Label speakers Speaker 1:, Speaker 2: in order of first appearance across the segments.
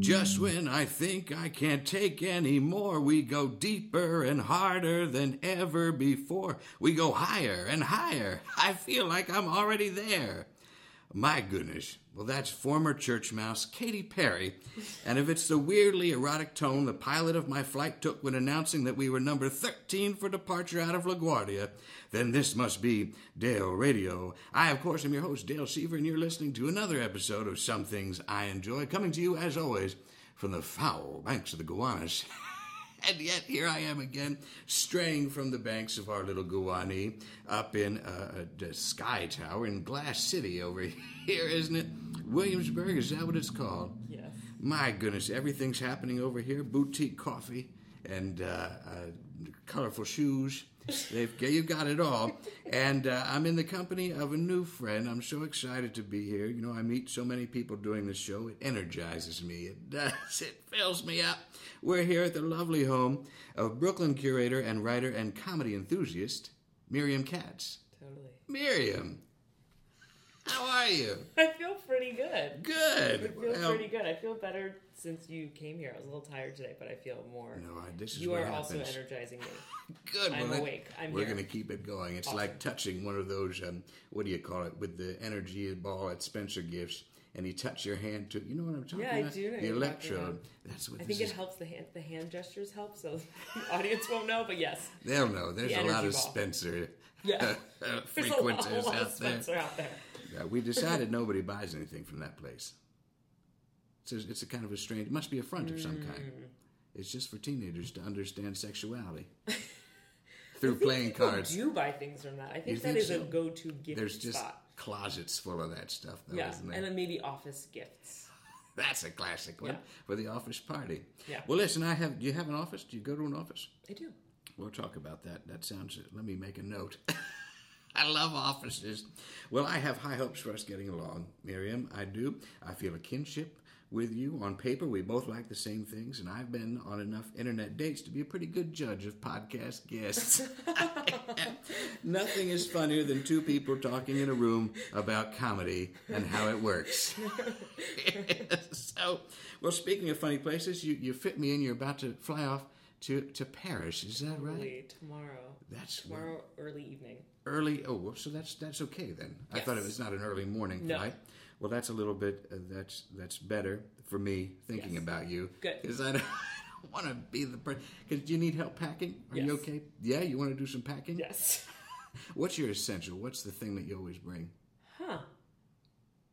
Speaker 1: Just when I think I can't take any more, we go deeper and harder than ever before. We go higher and higher. I feel like I'm already there. My goodness. Well, that's former church mouse Katy Perry. And if it's the weirdly erotic tone the pilot of my flight took when announcing that we were number 13 for departure out of LaGuardia, then this must be Dale Radio. I, of course, am your host, Dale Seaver, and you're listening to another episode of Some Things I Enjoy, coming to you, as always, from the foul banks of the Gowanus. and yet here I am again, straying from the banks of our little Guwani up in uh, the Sky Tower in Glass City over here, isn't it? Williamsburg, is that what it's called?
Speaker 2: Yes.
Speaker 1: My goodness, everything's happening over here. Boutique coffee and uh, uh, colorful shoes. They've you've got it all, and uh, I'm in the company of a new friend. I'm so excited to be here. You know, I meet so many people doing this show. It energizes me. It does. It fills me up. We're here at the lovely home of Brooklyn curator and writer and comedy enthusiast Miriam Katz.
Speaker 2: Totally.
Speaker 1: Miriam, how are you?
Speaker 2: I feel pretty good. I
Speaker 1: Good.
Speaker 2: feel
Speaker 1: Well,
Speaker 2: pretty good. I feel better since you came here. I was a little tired today, but I feel more.
Speaker 1: No, I- this is
Speaker 2: you
Speaker 1: what
Speaker 2: are also
Speaker 1: happens.
Speaker 2: energizing me.
Speaker 1: Good.
Speaker 2: I'm
Speaker 1: that-
Speaker 2: awake. I'm
Speaker 1: we're
Speaker 2: here.
Speaker 1: going to keep it going. It's like touching one of those, um, what do you call it, with the energy ball at Spencer Gifts, and you touch your hand to, you know what I'm talking
Speaker 2: Yeah, I
Speaker 1: about?
Speaker 2: do know what
Speaker 1: The
Speaker 2: you're talking
Speaker 1: electrode.
Speaker 2: about.
Speaker 1: That's what
Speaker 2: I
Speaker 1: this
Speaker 2: think it
Speaker 1: is.
Speaker 2: helps. The hand, the hand gestures help, so the audience won't know. But yes,
Speaker 1: They'll know. There's
Speaker 2: The
Speaker 1: a lot
Speaker 2: energy
Speaker 1: of
Speaker 2: ball.
Speaker 1: Spencer
Speaker 2: yeah. There's a lot, a
Speaker 1: frequenters
Speaker 2: lot of
Speaker 1: out there.
Speaker 2: Spencer out there.
Speaker 1: Yeah, we decided nobody buys anything from that place. It's a, it's a kind of a strange, it must be a front of some kind.
Speaker 2: Mm.
Speaker 1: It's just for teenagers to understand sexuality through playing
Speaker 2: People
Speaker 1: cards.
Speaker 2: do buy things from that. I
Speaker 1: You
Speaker 2: think that
Speaker 1: think
Speaker 2: is
Speaker 1: so?
Speaker 2: a go-to gift
Speaker 1: There's just
Speaker 2: spot.
Speaker 1: closets full of that stuff, though,
Speaker 2: Yeah,
Speaker 1: isn't there?
Speaker 2: and then maybe office gifts.
Speaker 1: That's a classic one
Speaker 2: Yeah.
Speaker 1: for the office party.
Speaker 2: Yeah.
Speaker 1: Well, listen, I have. Do you have an office? Do you go to an office?
Speaker 2: I do.
Speaker 1: We'll talk about that. That sounds. Let me make a note. I love offices. Well, I have high hopes for us getting along, Miriam. I do. I feel a kinship with you. On paper, we both like the same things, and I've been on enough internet dates to be a pretty good judge of podcast guests. Nothing is funnier than two people talking in a room about comedy and how it works. so, well, speaking of funny places, you, you fit me in. You're about to fly off to, to Paris. Is that right?
Speaker 2: Probably Tomorrow,
Speaker 1: That's
Speaker 2: tomorrow early evening.
Speaker 1: early. Oh, well, so that's that's okay then. I thought it
Speaker 2: Yes.
Speaker 1: was not an early morning
Speaker 2: No.
Speaker 1: flight. Well, that's a little bit. Uh, that's that's better for me thinking
Speaker 2: Yes.
Speaker 1: about you.
Speaker 2: Good.
Speaker 1: Because I don't, want to be the person. Because do you need help packing? Are you
Speaker 2: Yes.
Speaker 1: okay? Yeah, you want to do some packing?
Speaker 2: Yes.
Speaker 1: What's your essential? What's the thing that you always bring?
Speaker 2: Huh.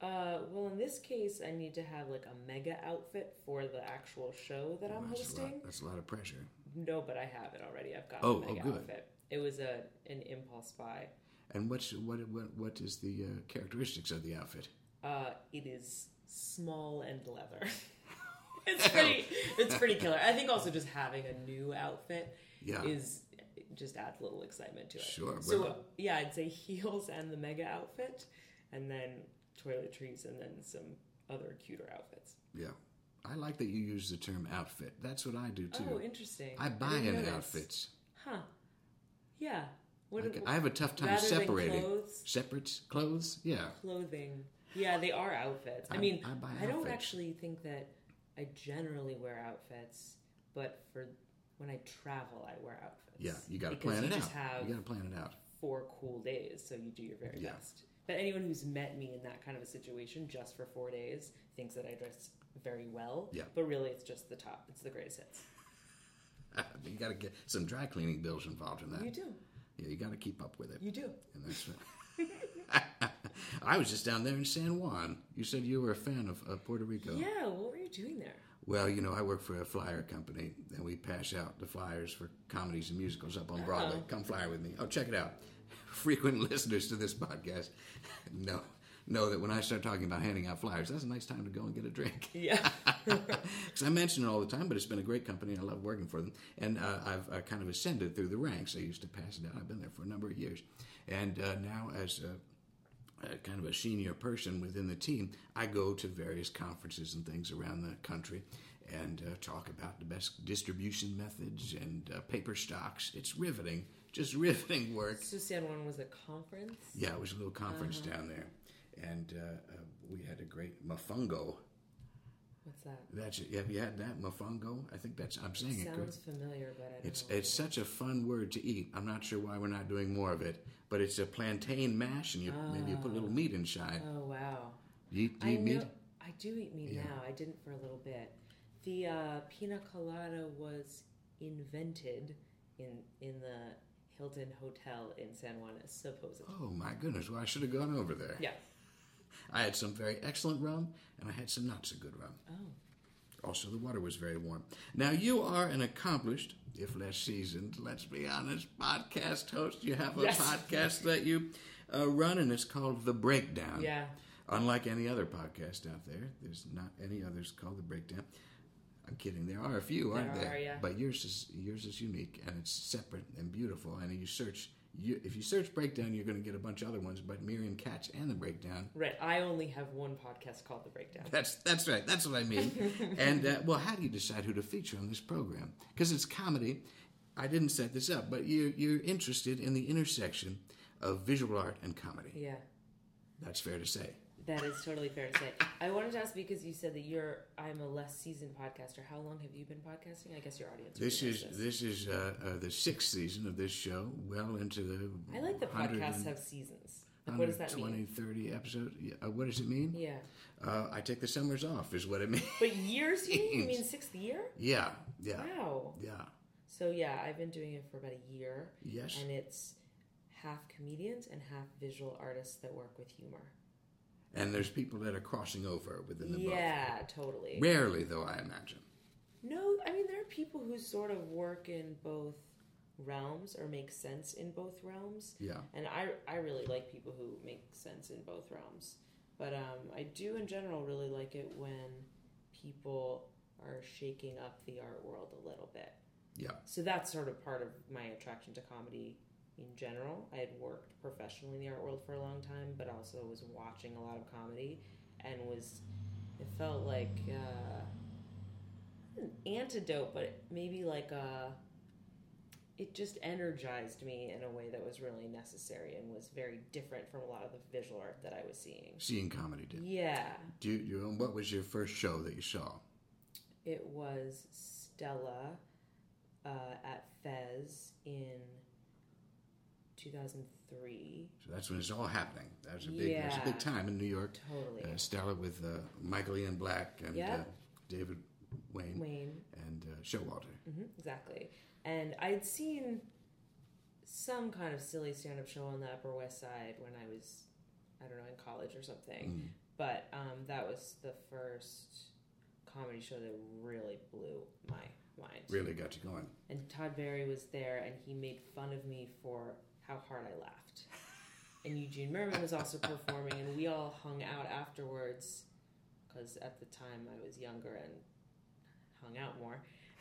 Speaker 2: Uh, well, in this case, I need to have like a mega outfit for the actual show that I'm
Speaker 1: That's a
Speaker 2: hosting.
Speaker 1: lot. That's a lot of pressure.
Speaker 2: No, but I have it already. I've got
Speaker 1: Oh,
Speaker 2: a
Speaker 1: oh,
Speaker 2: mega
Speaker 1: good.
Speaker 2: outfit. It was a an impulse buy.
Speaker 1: And what's what what what is the uh, characteristics of the outfit?
Speaker 2: Uh, it is small and leather. it's pretty. It's pretty killer. I think also just having a new outfit
Speaker 1: Yeah.
Speaker 2: is just adds a little excitement to it.
Speaker 1: Sure,
Speaker 2: So
Speaker 1: well-
Speaker 2: uh, yeah, I'd say heels and the mega outfit, and then toiletries, and then some other cuter outfits.
Speaker 1: Yeah. I like that you use the term outfit. That's what I do too.
Speaker 2: Oh, interesting.
Speaker 1: I buy
Speaker 2: didn't
Speaker 1: in
Speaker 2: know this.
Speaker 1: outfits.
Speaker 2: Huh. Yeah. What
Speaker 1: Like,
Speaker 2: ab-
Speaker 1: I have a tough time
Speaker 2: rather than
Speaker 1: separating
Speaker 2: clothes?
Speaker 1: separate clothes. Yeah,
Speaker 2: clothing. Yeah, they are outfits. I,
Speaker 1: I-
Speaker 2: mean,
Speaker 1: I buy
Speaker 2: I don't
Speaker 1: outfits.
Speaker 2: actually think that I generally wear outfits, but for when I travel, I wear outfits.
Speaker 1: yeah. You got to
Speaker 2: Because
Speaker 1: plan it
Speaker 2: you
Speaker 1: out.
Speaker 2: Just have
Speaker 1: You got to plan it out.
Speaker 2: four cool days, so you do your very
Speaker 1: Yeah.
Speaker 2: best. But anyone who's met me in that kind of a situation just for four days thinks that I dress very well.
Speaker 1: Yeah.
Speaker 2: But really, it's just the top. It's the greatest hits.
Speaker 1: you got to get some dry cleaning bills involved in that.
Speaker 2: You do.
Speaker 1: yeah, you got to keep up with it.
Speaker 2: You do.
Speaker 1: and that's what. I was just down there in San Juan. You said you were a fan of, of Puerto Rico.
Speaker 2: Yeah. What were you doing there?
Speaker 1: Well, you know, I work for a flyer company, and we pass out the flyers for comedies and musicals up on Broadway.
Speaker 2: Uh-huh.
Speaker 1: Come flyer with me. Oh, check it out. Frequent listeners to this podcast know know that when I start talking about handing out flyers, that's a nice time to go and get a drink.
Speaker 2: Yeah.
Speaker 1: Because I mention it all the time, but it's been a great company. and I love working for them, and uh, I've uh, kind of ascended through the ranks. I used to pass it out. I've been there for a number of years, and uh, now as a, a kind of a senior person within the team, I go to various conferences and things around the country, and uh, talk about the best distribution methods and uh, paper stocks. It's riveting, just riveting work.
Speaker 2: so San Juan was a conference.
Speaker 1: Yeah, it was a little conference down there, and uh, uh, we had a great mafungo.
Speaker 2: What's that?
Speaker 1: That's have you had that mofongo? I think that's I'm saying it, good.
Speaker 2: Sounds familiar, but I don't
Speaker 1: It's
Speaker 2: know.
Speaker 1: it's such a fun word to eat. I'm not sure why we're not doing more of it, but it's a plantain mash, and you maybe you put a little meat inside.
Speaker 2: Oh wow.
Speaker 1: You eat, you
Speaker 2: I
Speaker 1: eat meat?
Speaker 2: know. I do eat meat
Speaker 1: Yeah.
Speaker 2: now. I didn't for a little bit. The uh, pina colada was invented in in the Hilton Hotel in San Juan, supposedly.
Speaker 1: Oh my goodness! Well, I should have gone over there.
Speaker 2: Yeah.
Speaker 1: I had some very excellent rum, and I had some not so good rum.
Speaker 2: Oh.
Speaker 1: Also, the water was very warm. Now, you are an accomplished, if less seasoned, let's be honest, podcast host. You have a
Speaker 2: Yes.
Speaker 1: podcast that you uh, run, and it's called The Breakdown.
Speaker 2: Yeah.
Speaker 1: Unlike any other podcast out there, there's not any others called The Breakdown. I'm kidding. There are a few, aren't
Speaker 2: There
Speaker 1: there?
Speaker 2: are, yeah.
Speaker 1: But yours is yours is unique and it's separate and beautiful. And you search, you, if you search breakdown, you're going to get a bunch of other ones. But Miriam Katz and the breakdown
Speaker 2: Right. I only have one podcast called The Breakdown.
Speaker 1: that's that's right. That's what I mean. and uh, well, how do you decide who to feature on this program? Because it's comedy. I didn't set this up, but you you're interested in the intersection of visual art and comedy.
Speaker 2: Yeah.
Speaker 1: That's fair to say.
Speaker 2: That is totally fair to say. I wanted to ask because you said that you're I'm a less seasoned podcaster. How long have you been podcasting? I guess your audience.
Speaker 1: This
Speaker 2: really
Speaker 1: is
Speaker 2: knows
Speaker 1: this is uh, uh, the sixth season of this show. Well into the
Speaker 2: I like that
Speaker 1: 100
Speaker 2: podcasts
Speaker 1: and-
Speaker 2: have seasons. Like, what does that
Speaker 1: 120,
Speaker 2: mean?
Speaker 1: 30 episodes. Yeah, Uh, what does it mean?
Speaker 2: Yeah.
Speaker 1: Uh, I take the summers off, is what it means.
Speaker 2: But years you mean? You mean sixth year?
Speaker 1: yeah, yeah,
Speaker 2: Wow.
Speaker 1: yeah.
Speaker 2: So yeah, I've been doing it for about a year
Speaker 1: Yes.
Speaker 2: and it's half comedians and half visual artists that work with humor.
Speaker 1: And there's people that are crossing over within the
Speaker 2: Yeah, totally.
Speaker 1: book. Rarely, though, I imagine.
Speaker 2: No, I mean there are people who sort of work in both realms or make sense in both realms.
Speaker 1: Yeah.
Speaker 2: And I I really like people who make sense in both realms. But um, I do in general really like it when people are shaking up the art world a little bit.
Speaker 1: Yeah.
Speaker 2: So that's sort of part of my attraction to comedy in general. I had worked professionally in the art world for a long time, but also was watching a lot of comedy and was it felt like uh, an antidote, but maybe like a it just energized me in a way that was really necessary and was very different from a lot of the visual art that I was seeing.
Speaker 1: Seeing comedy did.
Speaker 2: Yeah,
Speaker 1: Do you, you, and what was your first show that you saw?
Speaker 2: it was Stella uh, at Fez in 2003.
Speaker 1: So that's when it's all happening. That was a big, that was a
Speaker 2: Yeah.
Speaker 1: big time in New York.
Speaker 2: Totally.
Speaker 1: Uh, Stella with uh, Michael Ian Black and uh,
Speaker 2: Yeah.
Speaker 1: David Wayne
Speaker 2: Wayne.
Speaker 1: and uh, Showalter.
Speaker 2: hmm exactly. And I'd seen some kind of silly stand up show on the Upper West Side when I was, I don't know, in college or
Speaker 1: Mm.
Speaker 2: something. But um, that was the first comedy show that really blew my mind.
Speaker 1: Mm, Really got you going.
Speaker 2: And Todd Berry was there, and he made fun of me for how hard I laughed. And Eugene Merman was also performing, and we all hung out afterwards because at the time I was younger and hung out more.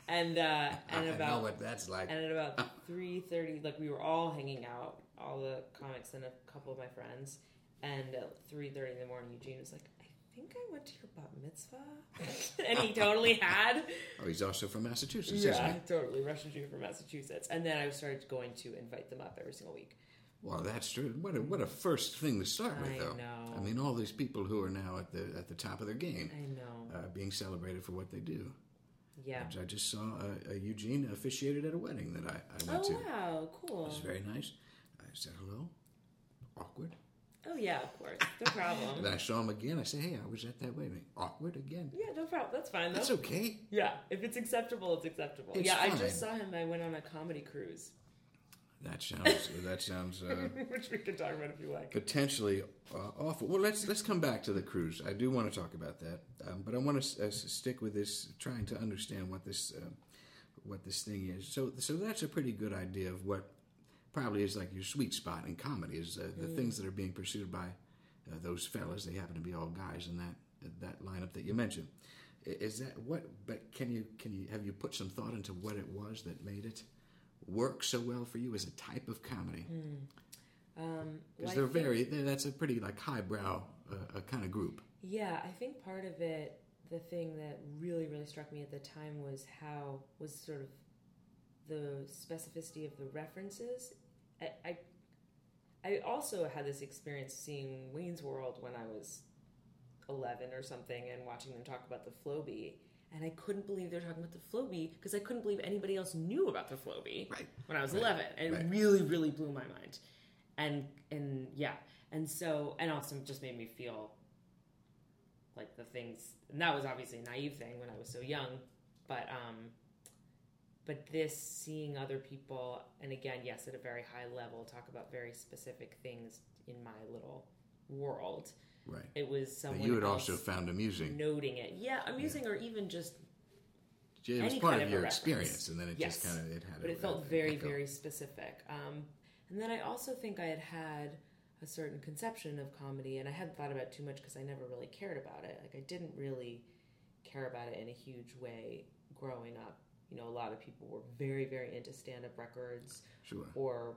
Speaker 2: And uh,
Speaker 1: I
Speaker 2: and
Speaker 1: know
Speaker 2: about
Speaker 1: what that's like.
Speaker 2: and at about three thirty, like we were all hanging out, all the comics and a couple of my friends. And at three thirty in the morning, Eugene was like, "I think I went to your bat mitzvah," and he totally had.
Speaker 1: oh, he's also from Massachusetts, isn't
Speaker 2: Yeah,
Speaker 1: he?
Speaker 2: totally. Russian Jew from Massachusetts. And then I started going to invite them up every single week.
Speaker 1: Well, that's true. What a, what a first thing to start with,
Speaker 2: I
Speaker 1: though.
Speaker 2: know.
Speaker 1: I mean, all these people who are now at the at the top of their game,
Speaker 2: I know.
Speaker 1: uh, being celebrated for what they do.
Speaker 2: Yeah.
Speaker 1: I just saw uh, uh, Eugene officiated at a wedding that I, I went
Speaker 2: Oh,
Speaker 1: to.
Speaker 2: wow. Cool.
Speaker 1: It was very nice. I said hello. Awkward.
Speaker 2: Oh, yeah, of course. No
Speaker 1: And
Speaker 2: problem.
Speaker 1: then I saw him again. I said, hey, I was at that wedding. Awkward again.
Speaker 2: Yeah, no problem. That's fine, though.
Speaker 1: That's okay.
Speaker 2: yeah, if it's acceptable, it's acceptable.
Speaker 1: It's
Speaker 2: yeah, I
Speaker 1: fine.
Speaker 2: just saw him. I went on a comedy cruise,
Speaker 1: That sounds. that sounds. Uh,
Speaker 2: which we can talk about if you like.
Speaker 1: potentially uh, awful. Well, let's let's come back to the cruise. I do want to talk about that, um, but I want to uh, s- stick with this, trying to understand what this uh, what this thing is. So so that's a pretty good idea of what probably is like your sweet spot in comedy is uh, the things that are being pursued by uh, those fellas. They happen to be all guys in that that lineup that you mentioned. I- Is that what? But can you can you have you put some thought into what it was that made it? Work so well for you as a type of comedy.
Speaker 2: Hmm. Um,
Speaker 1: Because
Speaker 2: like-
Speaker 1: they're very, they're, that's a pretty like highbrow uh, uh, kind of group.
Speaker 2: Yeah, I think part of it, the thing that really, really struck me at the time was how, was sort of the specificity of the references. I, I, I also had this experience seeing Wayne's World when I was 11 or something and watching them talk about the Floby. And I couldn't believe they were talking about the Floby because I couldn't believe anybody else knew about the Floby
Speaker 1: Right.
Speaker 2: when I was
Speaker 1: Right.
Speaker 2: 11. And
Speaker 1: Right.
Speaker 2: it really, really blew my mind. And, and yeah. And so, and also just made me feel like the things, and that was obviously a naive thing when I was so young, but, um, but this seeing other people and again yes at a very high level talk about very specific things in my little world
Speaker 1: Right.
Speaker 2: it was
Speaker 1: That
Speaker 2: someone
Speaker 1: you had
Speaker 2: else
Speaker 1: also found amusing.
Speaker 2: noting it yeah amusing or even just
Speaker 1: it was
Speaker 2: any
Speaker 1: part
Speaker 2: kind
Speaker 1: of
Speaker 2: of a
Speaker 1: your
Speaker 2: reference.
Speaker 1: experience, and then it just
Speaker 2: Yes.
Speaker 1: kind of it had.
Speaker 2: but
Speaker 1: a-
Speaker 2: it felt
Speaker 1: an
Speaker 2: very
Speaker 1: echo.
Speaker 2: very specific um, and then i also think i had had a certain conception of comedy and i hadn't thought about it too much because i never really cared about it like i didn't really care about it in a huge way growing up you know a lot of people were very very into stand-up records
Speaker 1: Sure.
Speaker 2: or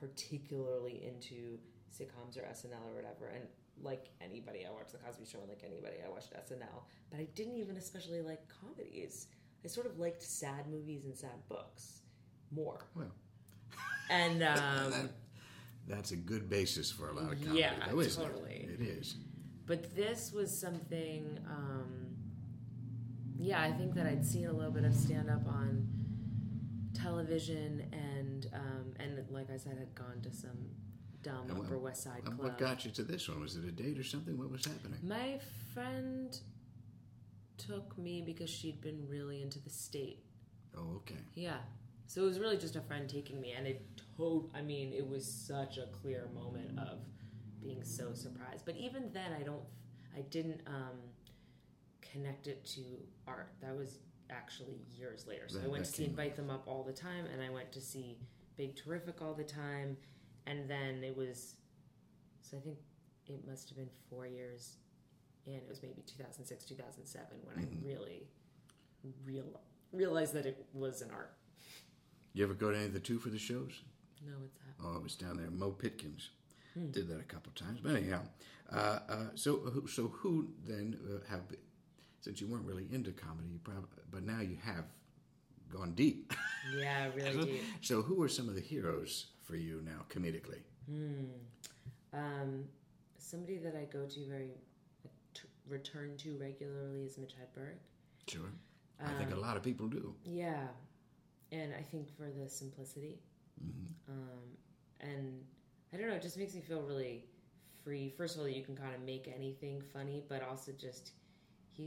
Speaker 2: particularly into sitcoms or SNL or whatever. And like anybody, I watched The Cosby Show, and like anybody, I watched SNL. But I didn't even especially like comedies. I sort of liked sad movies and sad books more.
Speaker 1: Well.
Speaker 2: and um,
Speaker 1: that, that's a good basis for a lot of comedy.
Speaker 2: Yeah,
Speaker 1: though, isn't it?
Speaker 2: totally.
Speaker 1: It is.
Speaker 2: but this was something um, yeah i think that i'd seen a little bit of stand up on television and um, and like i said had gone to some dumb
Speaker 1: And what-
Speaker 2: upper west side
Speaker 1: And
Speaker 2: club
Speaker 1: Um, what got you to this one? Was it a date or something? What was happening?
Speaker 2: my friend took me because she'd been really into the state
Speaker 1: Oh, okay.
Speaker 2: yeah so it was really just a friend taking me and it to- i mean it was such a clear moment of being so surprised but even then i don't i didn't um connect it to art that was actually years later so i
Speaker 1: That-
Speaker 2: went
Speaker 1: that
Speaker 2: to see
Speaker 1: came
Speaker 2: invite them up all the time and i went to see big terrific all the time and then it was so i think it must have been four years and it was maybe 2006 2007 when
Speaker 1: Mhm.
Speaker 2: i really real, realized that it was an art
Speaker 1: You ever go to any of the two for the shows?
Speaker 2: no it's that
Speaker 1: Oh, it was down there. Mo Pitkins
Speaker 2: Hmm.
Speaker 1: did that a couple times. But anyhow, uh, uh, so who- so who then uh, have since you weren't really into comedy, you probably but now you have gone deep.
Speaker 2: yeah really deep
Speaker 1: so who are some of the heroes for you now comedically?
Speaker 2: Hmm. Um, somebody that I go to very t- return to regularly is Mitch Hedberg.
Speaker 1: Sure,
Speaker 2: Um,
Speaker 1: I think a lot of people do.
Speaker 2: yeah, and I think for the simplicity,
Speaker 1: hmm
Speaker 2: um, and I don't know, it just makes me feel really free. First of all, you can kind of make anything funny, but also just he,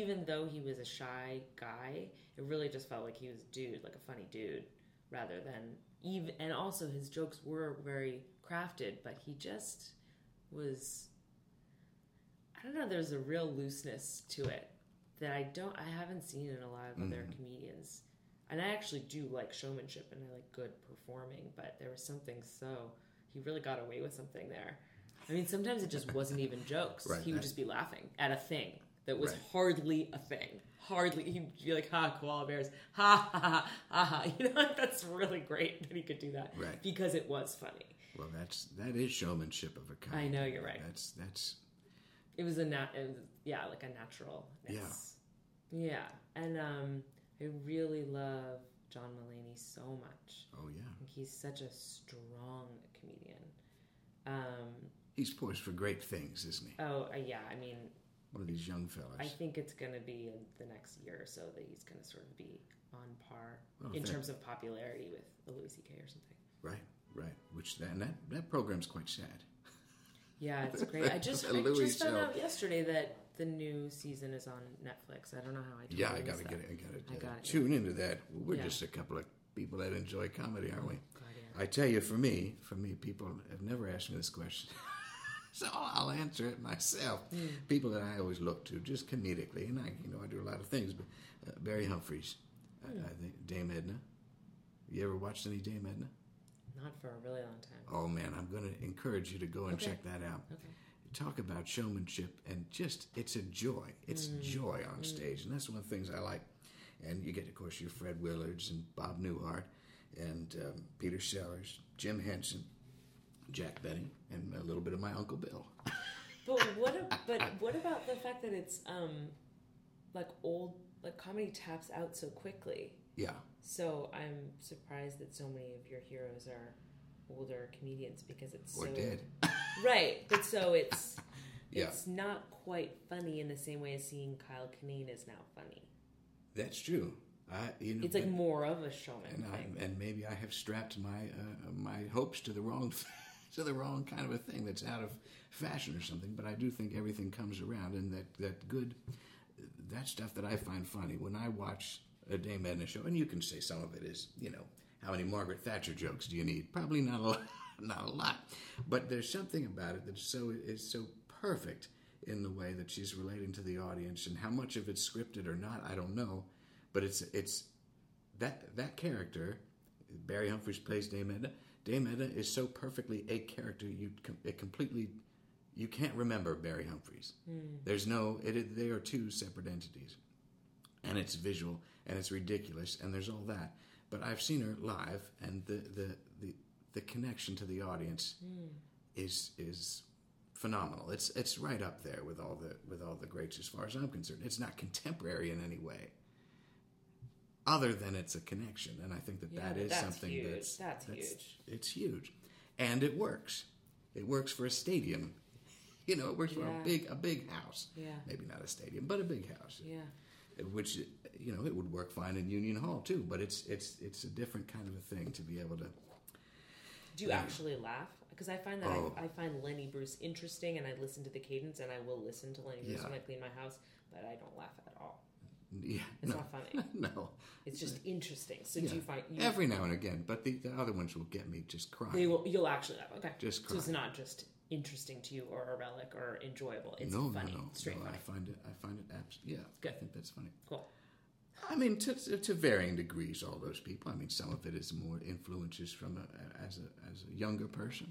Speaker 2: even though he was a shy guy, it really just felt like he was a dude, like a funny dude, rather than even. And also, his jokes were very crafted, but he just was. I don't know. There's a real looseness to it that I don't. I haven't seen in a lot of other
Speaker 1: Mhm.
Speaker 2: comedians. And I actually do like showmanship and I like good performing, but there was something so he really got away with something there. I mean, sometimes it just wasn't even jokes.
Speaker 1: Right,
Speaker 2: he would
Speaker 1: that-
Speaker 2: just be laughing at a thing that was
Speaker 1: Right.
Speaker 2: hardly a thing. Hardly, he'd be like, "Ha, koala bears! Ha ha ha ha!" ha." You know, like, that's really great that he could do that
Speaker 1: Right.
Speaker 2: because it was funny.
Speaker 1: Well, that's that is showmanship of a kind.
Speaker 2: I know you're right.
Speaker 1: That's that's
Speaker 2: It was a nat, it was, yeah, like a natural. Yeah, yeah, and um, I really love John Mulaney so much.
Speaker 1: oh yeah.
Speaker 2: I think he's such a strong comedian. Um,
Speaker 1: He's poised for great things, isn't he?
Speaker 2: oh uh, yeah, I mean,
Speaker 1: One of these young fellas.
Speaker 2: I think it's going to be in the next year or so that he's going to sort of be on par
Speaker 1: Well,
Speaker 2: in
Speaker 1: that-
Speaker 2: terms of popularity with a Louis C.K. or something.
Speaker 1: Right, right. Which that and that, that program's quite sad.
Speaker 2: Yeah, it's great. I just
Speaker 1: A
Speaker 2: I
Speaker 1: Louis
Speaker 2: just found
Speaker 1: show.
Speaker 2: out yesterday that the new season is on Netflix. I don't know how I. Totally
Speaker 1: Yeah, I
Speaker 2: missed
Speaker 1: gotta
Speaker 2: that.
Speaker 1: get it. I gotta,
Speaker 2: I
Speaker 1: uh,
Speaker 2: got it,
Speaker 1: tune into that. We're
Speaker 2: Yeah.
Speaker 1: just a couple of people that enjoy comedy, aren't we?
Speaker 2: God, yeah.
Speaker 1: I tell you, for me, for me, people have never asked me this question, so I'll answer it myself.
Speaker 2: Hmm.
Speaker 1: People that I always look to, just comedically, and I, you know, I do a lot of things. But uh, Barry Humphries,
Speaker 2: Hmm.
Speaker 1: I, I think Dame Edna. You ever watched any Dame Edna?
Speaker 2: Not for a really long time.
Speaker 1: Oh man, I'm going to encourage you to go and
Speaker 2: Okay.
Speaker 1: check that out.
Speaker 2: Okay.
Speaker 1: talk about showmanship and just it's a joy it's
Speaker 2: Mm,
Speaker 1: joy on stage and that's one of the things i like and you get of course your fred willards and bob newhart and um, peter sellers jim henson jack benny and a little bit of my uncle bill
Speaker 2: But what? A, but what about the fact that it's um, like old like comedy taps out so quickly?
Speaker 1: yeah
Speaker 2: So I'm surprised that so many of your heroes are older comedians because it's
Speaker 1: or
Speaker 2: so
Speaker 1: dead
Speaker 2: Right, but so it's
Speaker 1: Yeah.
Speaker 2: It's not quite funny in the same way as seeing Kyle Kinane is now funny.
Speaker 1: That's true. I, you know,
Speaker 2: It's like
Speaker 1: but-
Speaker 2: more of a showman
Speaker 1: and
Speaker 2: thing.
Speaker 1: I, and maybe I have strapped my uh, my hopes to the wrong to the wrong kind of a thing that's out of fashion or something. But I do think everything comes around, and that that good that stuff that I find funny when I watch a Dame Edna show, and you can say some of it is you know how many Margaret Thatcher jokes do you need? Probably not a lot, not a lot, but there's something about it that's so is so perfect in the way that she's relating to the audience and how much of it's scripted or not I don't know but it's it's that that character, Barry Humphries plays Dame Edna. Dame Edna is so perfectly a character you com- it completely you can't remember Barry Humphries.
Speaker 2: Hmm.
Speaker 1: There's no it, it- they are two separate entities, and it's visual and it's ridiculous and there's all that. But I've seen her live, and the the the, the connection to the audience
Speaker 2: Hmm.
Speaker 1: is is phenomenal. It's it's right up there with all the with all the greats as far as I'm concerned. It's not contemporary in any way other than it's a connection. And I think that
Speaker 2: Yeah,
Speaker 1: that
Speaker 2: but
Speaker 1: is
Speaker 2: that's
Speaker 1: something
Speaker 2: huge.
Speaker 1: that's,
Speaker 2: That's huge.
Speaker 1: It's huge, and it works. It works for a stadium. You know, it works for
Speaker 2: Yeah.
Speaker 1: a big a big house.
Speaker 2: Yeah.
Speaker 1: Maybe not a stadium, but a big house, eh,
Speaker 2: yeah.
Speaker 1: which you know it would work fine in Union Hall too. But it's it's it's a different kind of a thing to be able to.
Speaker 2: Do you
Speaker 1: Yeah.
Speaker 2: actually laugh? Because I find that
Speaker 1: Oh.
Speaker 2: I, I find Lenny Bruce interesting, and I listen to the cadence, and I will listen to Lenny Bruce
Speaker 1: Yeah.
Speaker 2: when I clean my house, but I don't laugh at all.
Speaker 1: Yeah,
Speaker 2: It's
Speaker 1: no,
Speaker 2: not funny.
Speaker 1: no.
Speaker 2: It's just interesting. So
Speaker 1: Yeah.
Speaker 2: do you find you,
Speaker 1: Every now and again, but the, the other ones will get me just crying.
Speaker 2: they will? You'll actually laugh. Okay,
Speaker 1: Just
Speaker 2: so it's
Speaker 1: cry.
Speaker 2: not just interesting to you or a relic or enjoyable. It's
Speaker 1: no,
Speaker 2: funny,
Speaker 1: no, no,
Speaker 2: straight
Speaker 1: no,
Speaker 2: funny.
Speaker 1: I find it. I find it. Abs- yeah, I
Speaker 2: Good.
Speaker 1: think that's funny.
Speaker 2: Cool.
Speaker 1: I mean, to, to, to varying degrees, all those people. I mean, some of it is more influences from a, as a as a younger person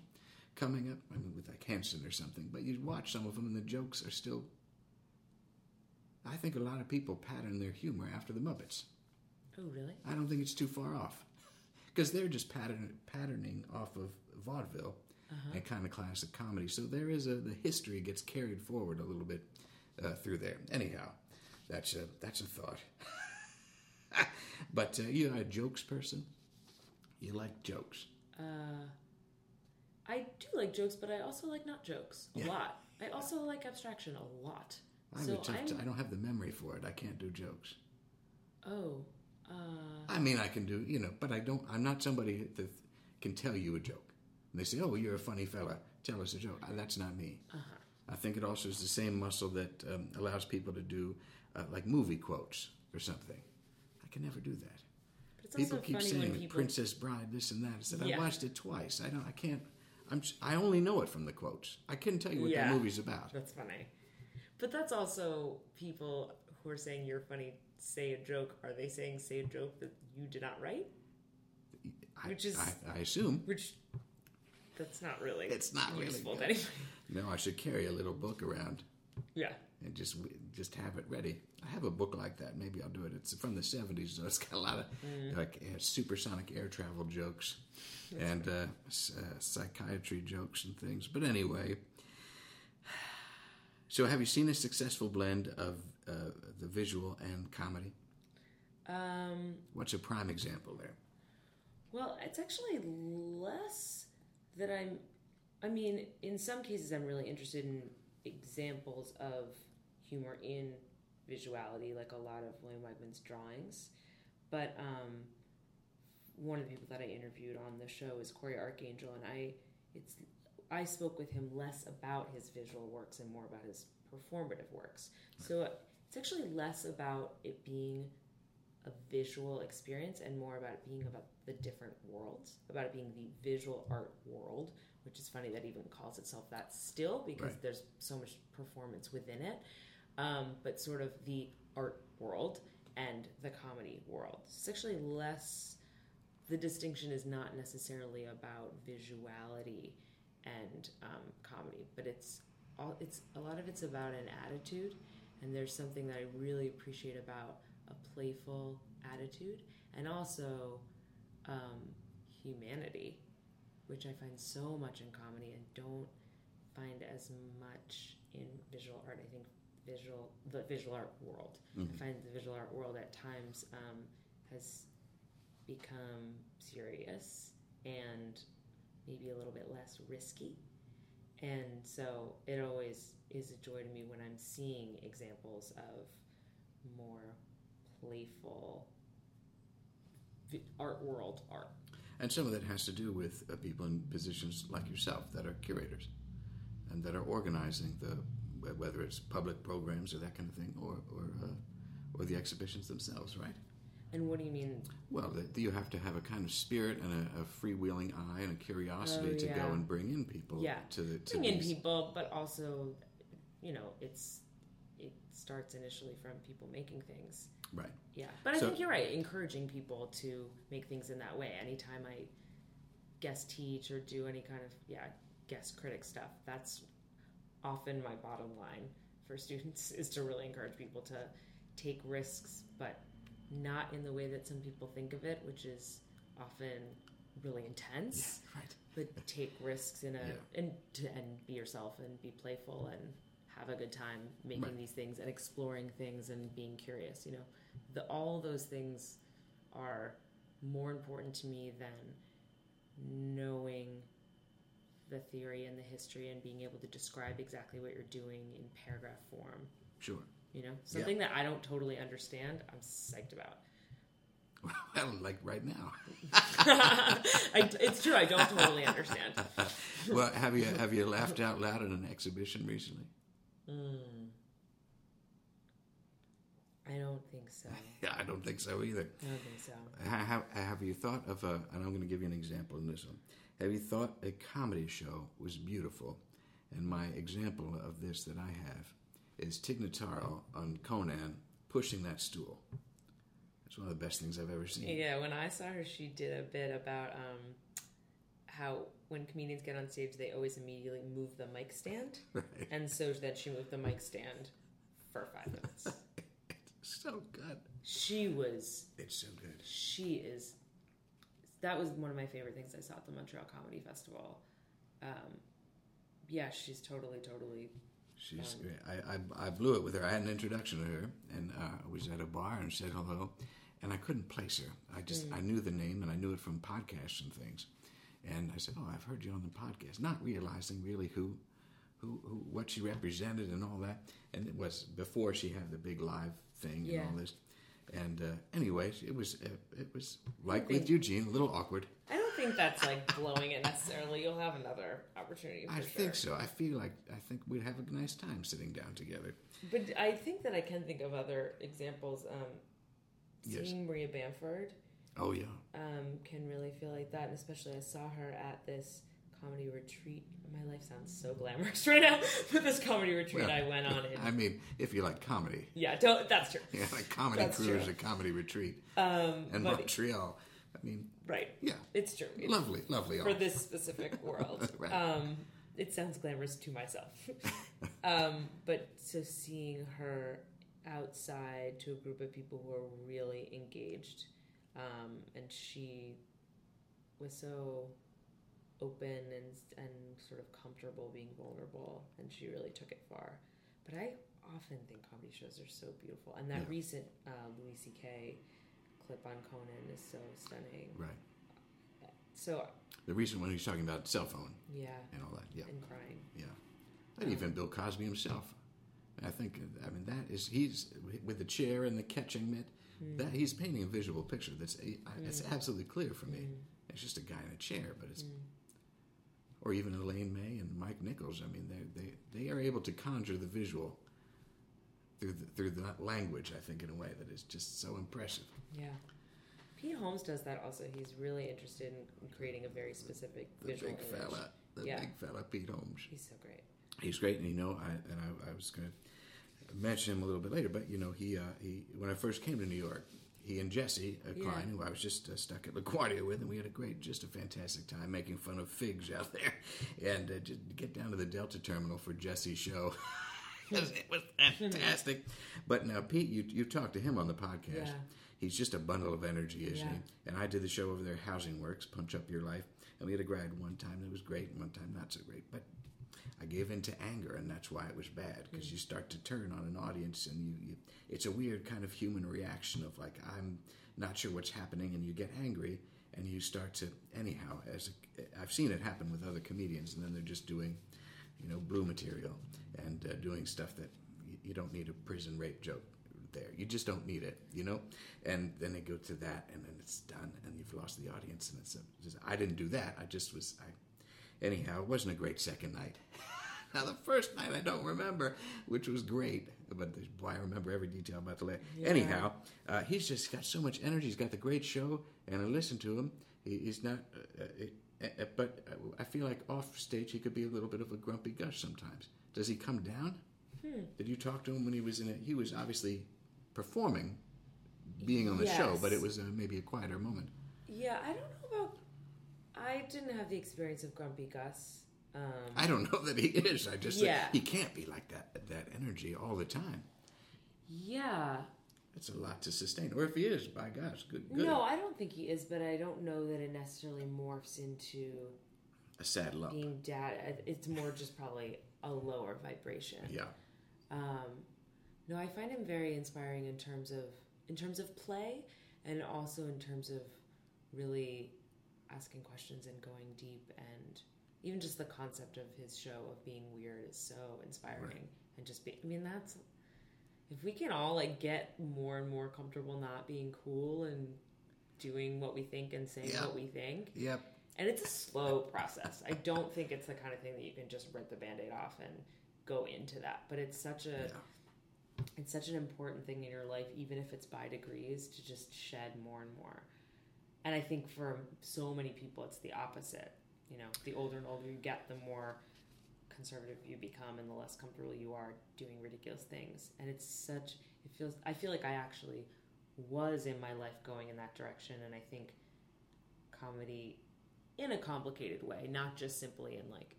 Speaker 1: coming up. I mean, with like Hanson or something. But you watch some of them, and the jokes are still. I think a lot of people pattern their humor after the Muppets.
Speaker 2: Oh really?
Speaker 1: I don't think it's too far off, because they're just pattern, patterning off of vaudeville
Speaker 2: Uh-huh.
Speaker 1: and kind of classic comedy. So there is a the history gets carried forward a little bit uh, through there. Anyhow, that's a that's a thought. but uh, you're a jokes person. You like jokes.
Speaker 2: Uh, I do like jokes, but I also like not jokes a
Speaker 1: Yeah.
Speaker 2: lot. I also like abstraction a lot.
Speaker 1: I have
Speaker 2: so
Speaker 1: a tough
Speaker 2: I'm
Speaker 1: ti- I don't have the memory for it. I can't do jokes.
Speaker 2: oh. Uh,
Speaker 1: I mean, I can do, you know, but I don't. I'm not somebody that can tell you a joke. And they say, "Oh, you're a funny fella. Tell us a joke." Uh, That's not me.
Speaker 2: uh-huh.
Speaker 1: I think it also is the same muscle that um, allows people to do uh, like movie quotes or something. I can never do that.
Speaker 2: but it's
Speaker 1: people
Speaker 2: also
Speaker 1: keep
Speaker 2: funny
Speaker 1: saying
Speaker 2: when people
Speaker 1: "Princess Bride," this and that. I said,
Speaker 2: Yeah.
Speaker 1: "I watched it twice. I don't. I can't. I'm. s- I only know it from the quotes. I couldn't tell you what
Speaker 2: Yeah.
Speaker 1: the movie's about."
Speaker 2: That's funny. But that's also people who are saying you're funny say a joke. Are they saying say a joke that you did not write?
Speaker 1: I,
Speaker 2: Which is-
Speaker 1: I, I assume.
Speaker 2: Which that's not really
Speaker 1: It's not really
Speaker 2: useful
Speaker 1: good.
Speaker 2: to anybody.
Speaker 1: No, I should carry a little book around.
Speaker 2: Yeah.
Speaker 1: and just just have it ready. I have a book like that. Maybe I'll do it. It's from the seventies, so it's got a lot of like uh, supersonic air travel jokes and uh, s- uh, psychiatry jokes and things. But anyway, so have you seen a successful blend of uh, the visual and comedy?
Speaker 2: Um,
Speaker 1: What's a prime example there?
Speaker 2: well, it's actually less that I'm. I mean, in some cases, I'm really interested in examples of humor in visuality, like a lot of William Wegman's drawings. But um, one of the people that I interviewed on the show is Corey Archangel, and I it's I spoke with him less about his visual works and more about his performative works. So it's actually less about it being a visual experience and more about it being about the different worlds, about it being the visual art world, which is funny that even calls itself that still because
Speaker 1: Right.
Speaker 2: there's so much performance within it. Um, but sort of the art world and the comedy world. It's actually less the distinction is not necessarily about visuality and um, comedy, but it's all it's a lot of it's about an attitude, and there's something that I really appreciate about a playful attitude and also um, humanity, which I find so much in comedy and don't find as much in visual art. I think visual the visual art world.
Speaker 1: Mm-hmm.
Speaker 2: I find the visual art world at times um, has become serious and maybe a little bit less risky. And so it always is a joy to me when I'm seeing examples of more playful vi- art world art.
Speaker 1: And some of that has to do with uh, people in positions like yourself that are curators and that are organizing the wh- whether it's public programs or that kind of thing or or uh, or the exhibitions themselves, right?
Speaker 2: And what do you mean?
Speaker 1: Well, that you have to have a kind of spirit and a, a freewheeling eye and a curiosity
Speaker 2: Oh,
Speaker 1: to go
Speaker 2: yeah.
Speaker 1: and bring in people
Speaker 2: Yeah.
Speaker 1: to the to
Speaker 2: Bring in
Speaker 1: these-
Speaker 2: people, but also, you know, it's it starts initially from people making things.
Speaker 1: right.
Speaker 2: Yeah, but I
Speaker 1: So-
Speaker 2: think you're right. Encouraging people to make things in that way. Anytime I guest teach or do any kind of yeah guest critic stuff, that's often my bottom line for students is to really encourage people to take risks, but not in the way that some people think of it, which is often really intense.
Speaker 1: right.
Speaker 2: But take risks in a
Speaker 1: Yeah.
Speaker 2: and to, and be yourself and be playful and have a good time making
Speaker 1: Right.
Speaker 2: these things and exploring things and being curious. You know, the, all those things are more important to me than knowing the theory and the history and being able to describe exactly what you're doing in paragraph form.
Speaker 1: Sure.
Speaker 2: You know, something that I don't totally understand, I'm psyched about.
Speaker 1: Well, like right now.
Speaker 2: I, it's true, I don't totally understand.
Speaker 1: well, have you have you laughed out loud at an exhibition recently?
Speaker 2: Mm. I don't think so.
Speaker 1: Yeah, I don't think so either.
Speaker 2: I don't think so.
Speaker 1: Ha- Have, have you thought of a, and I'm going to give you an example in this one. Have you thought a comedy show was beautiful? And my example of this that I have is Tignataro on Conan pushing that stool. It's one of the best things I've ever seen.
Speaker 2: Yeah, when I saw her, she did a bit about um, how when comedians get on stage, they always immediately move the mic stand.
Speaker 1: Right.
Speaker 2: And so then she moved the mic stand for five minutes.
Speaker 1: So good.
Speaker 2: She was,
Speaker 1: It's so good.
Speaker 2: she is, that was one of my favorite things I saw at the Montreal Comedy Festival. Um, yeah, she's totally, totally
Speaker 1: She's.
Speaker 2: Um,
Speaker 1: I, I, I blew it with her. I had an introduction to her, and uh, I was at a bar and said hello, and I couldn't place her. I just
Speaker 2: Mm.
Speaker 1: I knew the name and I knew it from podcasts and things, and I said, "Oh, I've heard you on the podcast," not realizing really who, who, who what she represented and all that. And it was before she had the big live thing
Speaker 2: Yeah.
Speaker 1: and all this. And uh, anyways, it was uh, it was like with Eugene, a little awkward.
Speaker 2: I don't think that's like blowing it necessarily. You'll have another opportunity. For
Speaker 1: I
Speaker 2: sure.
Speaker 1: think so. I feel like I think we'd have a nice time sitting down together.
Speaker 2: But I think that I can think of other examples. Um,
Speaker 1: Yes.
Speaker 2: Seeing Maria Bamford
Speaker 1: Oh yeah,
Speaker 2: um, can really feel like that, and especially I saw her at this comedy retreat. My life sounds so glamorous right now, but this comedy retreat
Speaker 1: Well,
Speaker 2: I went on. In,
Speaker 1: I mean, if you like comedy.
Speaker 2: yeah, don't. That's true.
Speaker 1: Yeah, like comedy
Speaker 2: That's
Speaker 1: cruise,
Speaker 2: true.
Speaker 1: a comedy retreat,
Speaker 2: Um,
Speaker 1: and
Speaker 2: but
Speaker 1: Montreal. I mean,
Speaker 2: right,
Speaker 1: yeah,
Speaker 2: it's true. It's
Speaker 1: lovely, lovely.
Speaker 2: for
Speaker 1: all.
Speaker 2: this specific world.
Speaker 1: Right.
Speaker 2: um, it sounds glamorous to myself. um, but so seeing her outside to a group of people who are really engaged, um, and she was so open and and sort of comfortable being vulnerable, and she really took it far. But I often think comedy shows are so beautiful, and that
Speaker 1: Yeah.
Speaker 2: recent uh, Louis C.K. clip on Conan is so stunning.
Speaker 1: Right.
Speaker 2: So
Speaker 1: The recent one he's talking about cell phone
Speaker 2: yeah.
Speaker 1: and all that. Yeah,
Speaker 2: and crying.
Speaker 1: yeah. And even Bill Cosby himself. I think. I mean, that is he's with the chair and the catching mitt.
Speaker 2: Mm.
Speaker 1: That he's painting a visual picture that's it's absolutely clear for me.
Speaker 2: Mm,
Speaker 1: It's just a guy in a chair, but it's. Or even Elaine May and Mike Nichols. I mean, they they they are able to conjure the visual through the, through the language. I think in a way that is just so impressive.
Speaker 2: Yeah. Pete Holmes does that also. He's really interested in creating a very specific
Speaker 1: the
Speaker 2: visual
Speaker 1: big
Speaker 2: image.
Speaker 1: fella, the
Speaker 2: Yeah.
Speaker 1: big fella, Pete Holmes.
Speaker 2: He's so great.
Speaker 1: He's great, and you know, I and I, I was going to mention him a little bit later, but you know, he uh, he when I first came to New York, he and Jesse uh,
Speaker 2: Yeah.
Speaker 1: Klein, who I was just uh, stuck at LaGuardia with, and we had a great, just a fantastic time making fun of figs out there, and uh, just get down to the Delta terminal for Jesse's show. it was fantastic, but now Pete, you you talked to him on the podcast.
Speaker 2: Yeah.
Speaker 1: He's just a bundle of energy, isn't
Speaker 2: Yeah.
Speaker 1: he? And I did the show over there, Housing Works, Punch Up Your Life. And we had a grad one time that was great and one time not so great. But I gave in to anger, and that's why it was bad, because you start to turn on an audience and you, you, it's a weird kind of human reaction of like, I'm not sure what's happening, and you get angry. And you start to, anyhow, as a, I've seen it happen with other comedians, and then they're just doing, you know, blue material and uh, doing stuff that y- you don't need a prison rape joke there. You just don't need it, you know? And then they go to that and then it's done and you've lost the audience. And it's uh, just, I didn't do that. I just was, I, anyhow, it wasn't a great second night. now, the first night I don't remember, which was great, but the- boy, I remember every detail about the last. Anyhow, uh, he's just got so much energy. He's got the great show and I listen to him. He, he's not, uh, uh, it, uh, uh, but uh, I feel like off stage he could be a little bit of a grumpy gush sometimes. Does he come down?
Speaker 2: Hmm.
Speaker 1: Did you talk to him when he was in it? He was obviously performing, being on the show, but it
Speaker 2: Yes.
Speaker 1: was uh, maybe a quieter moment.
Speaker 2: Yeah, I don't know about. I didn't have the experience of Grumpy Gus. Um,
Speaker 1: I don't know that he is. I just
Speaker 2: Yeah.
Speaker 1: he can't be like that that energy all the time.
Speaker 2: yeah.
Speaker 1: That's a lot to sustain. Or if he is, by gosh, good good
Speaker 2: No, I don't think he is, but I don't know that it necessarily morphs into
Speaker 1: a sad lump.
Speaker 2: being dad. I- It's more just probably a lower vibration.
Speaker 1: Yeah,
Speaker 2: Um, no, I find him very inspiring in terms of in terms of play, and also in terms of really asking questions and going deep, and even just the concept of his show of being weird is so inspiring. And just be, I mean, that's if we can all like get more and more comfortable not being cool and doing what we think and saying
Speaker 1: Yeah.
Speaker 2: what we think
Speaker 1: yep.
Speaker 2: and it's a slow process. I don't think it's the kind of thing that you can just rip the band-aid off and go into that. But it's such a
Speaker 1: Yeah.
Speaker 2: it's such an important thing in your life, even if it's by degrees, to just shed more and more. And I think for so many people it's the opposite. You know, the older and older you get, the more conservative you become and the less comfortable you are doing ridiculous things. And it's such it feels I feel like I actually was in my life going in that direction and I think comedy in a complicated way, not just simply in like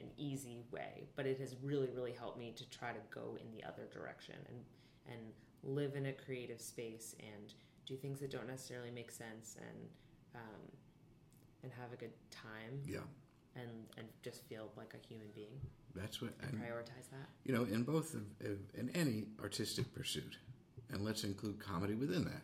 Speaker 2: an easy way, but it has really, really helped me to try to go in the other direction and and live in a creative space and do things that don't necessarily make sense and um, and have a good time
Speaker 1: Yeah,
Speaker 2: and and just feel like a human being.
Speaker 1: that's what. And,
Speaker 2: Prioritize that.
Speaker 1: you know, in both of, of in any artistic pursuit, and let's include comedy within that.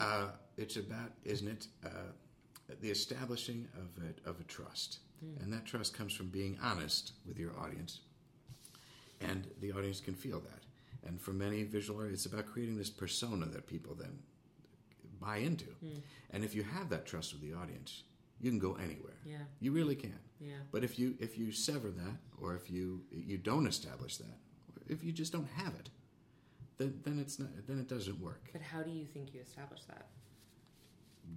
Speaker 1: Uh, it's about, isn't it, uh, the establishing of a, of a trust, and that trust comes from being honest with your audience, and the audience can feel that. And for many visual artists, it's about creating this persona that people then buy into.
Speaker 2: Hmm.
Speaker 1: And if you have that trust with the audience, you can go anywhere.
Speaker 2: Yeah,
Speaker 1: You really can.
Speaker 2: yeah,
Speaker 1: But if you if you sever that, or if you you don't establish that, or if you just don't have it, then then it's not then it doesn't work.
Speaker 2: but how do you think you establish that?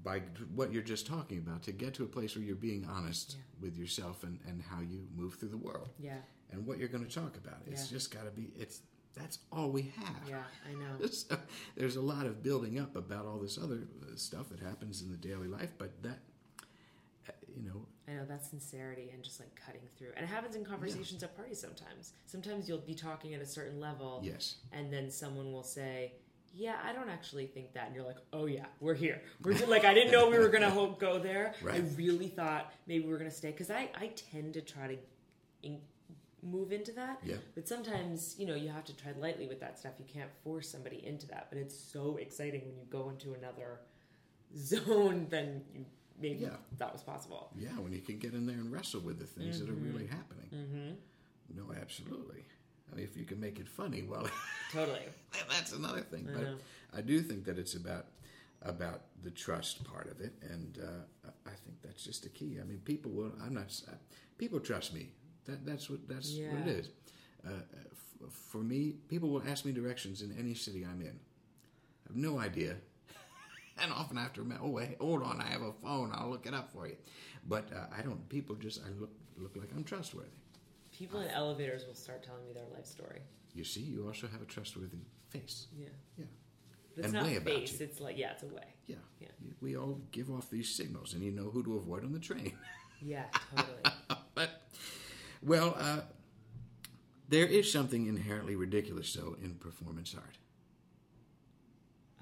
Speaker 1: By what you're just talking about, to get to a place where you're being honest
Speaker 2: Yeah.
Speaker 1: with yourself and and how you move through the world
Speaker 2: Yeah,
Speaker 1: and what you're going to talk about, it's
Speaker 2: Yeah.
Speaker 1: just got to be it's that's all we have.
Speaker 2: yeah, I know.
Speaker 1: So, there's a lot of building up about all this other uh, stuff that happens in the daily life, but that uh, you know
Speaker 2: I know that sincerity and just like cutting through. And it happens in conversations at parties sometimes. Sometimes you'll be talking at a certain level
Speaker 1: yes
Speaker 2: and then someone will say, "Yeah, I don't actually think that," and you're like, "Oh yeah, we're here. We're just, like I didn't know we were gonna ho- go there.
Speaker 1: Right.
Speaker 2: I really thought maybe we were gonna stay because I I tend to try to in- move into that.
Speaker 1: Yeah.
Speaker 2: But sometimes you know you have to tread lightly with that stuff. You can't force somebody into that. But it's so exciting when you go into another zone than you maybe
Speaker 1: Yeah.
Speaker 2: thought was possible.
Speaker 1: Yeah, when you can get in there and wrestle with the things that are really happening. No, absolutely. I mean, if you can make it funny, well,
Speaker 2: Totally.
Speaker 1: that's another thing. but
Speaker 2: know.
Speaker 1: I do think that it's about about the trust part of it, and uh, I I think that's just the key. I mean, people will. I'm not. s- I- People trust me. That that's what that's what
Speaker 2: Yeah.
Speaker 1: it is. Uh, uh, f- for me, people will ask me directions in any city I'm in. I have no idea. And often I have to remember, oh, wait, hold on, I have a phone. I'll look it up for you. But uh, I don't, people just, I look, look like I'm trustworthy.
Speaker 2: People in elevators will start telling me their life story.
Speaker 1: You see, you also have a trustworthy face.
Speaker 2: Yeah.
Speaker 1: Yeah.
Speaker 2: It's
Speaker 1: And
Speaker 2: not
Speaker 1: way about
Speaker 2: face.
Speaker 1: you.
Speaker 2: It's like yeah, it's a way.
Speaker 1: Yeah.
Speaker 2: Yeah.
Speaker 1: We all give off these signals, and you know who to avoid on the train.
Speaker 2: Yeah, totally.
Speaker 1: but, well, uh, there is something inherently ridiculous, though, in performance art,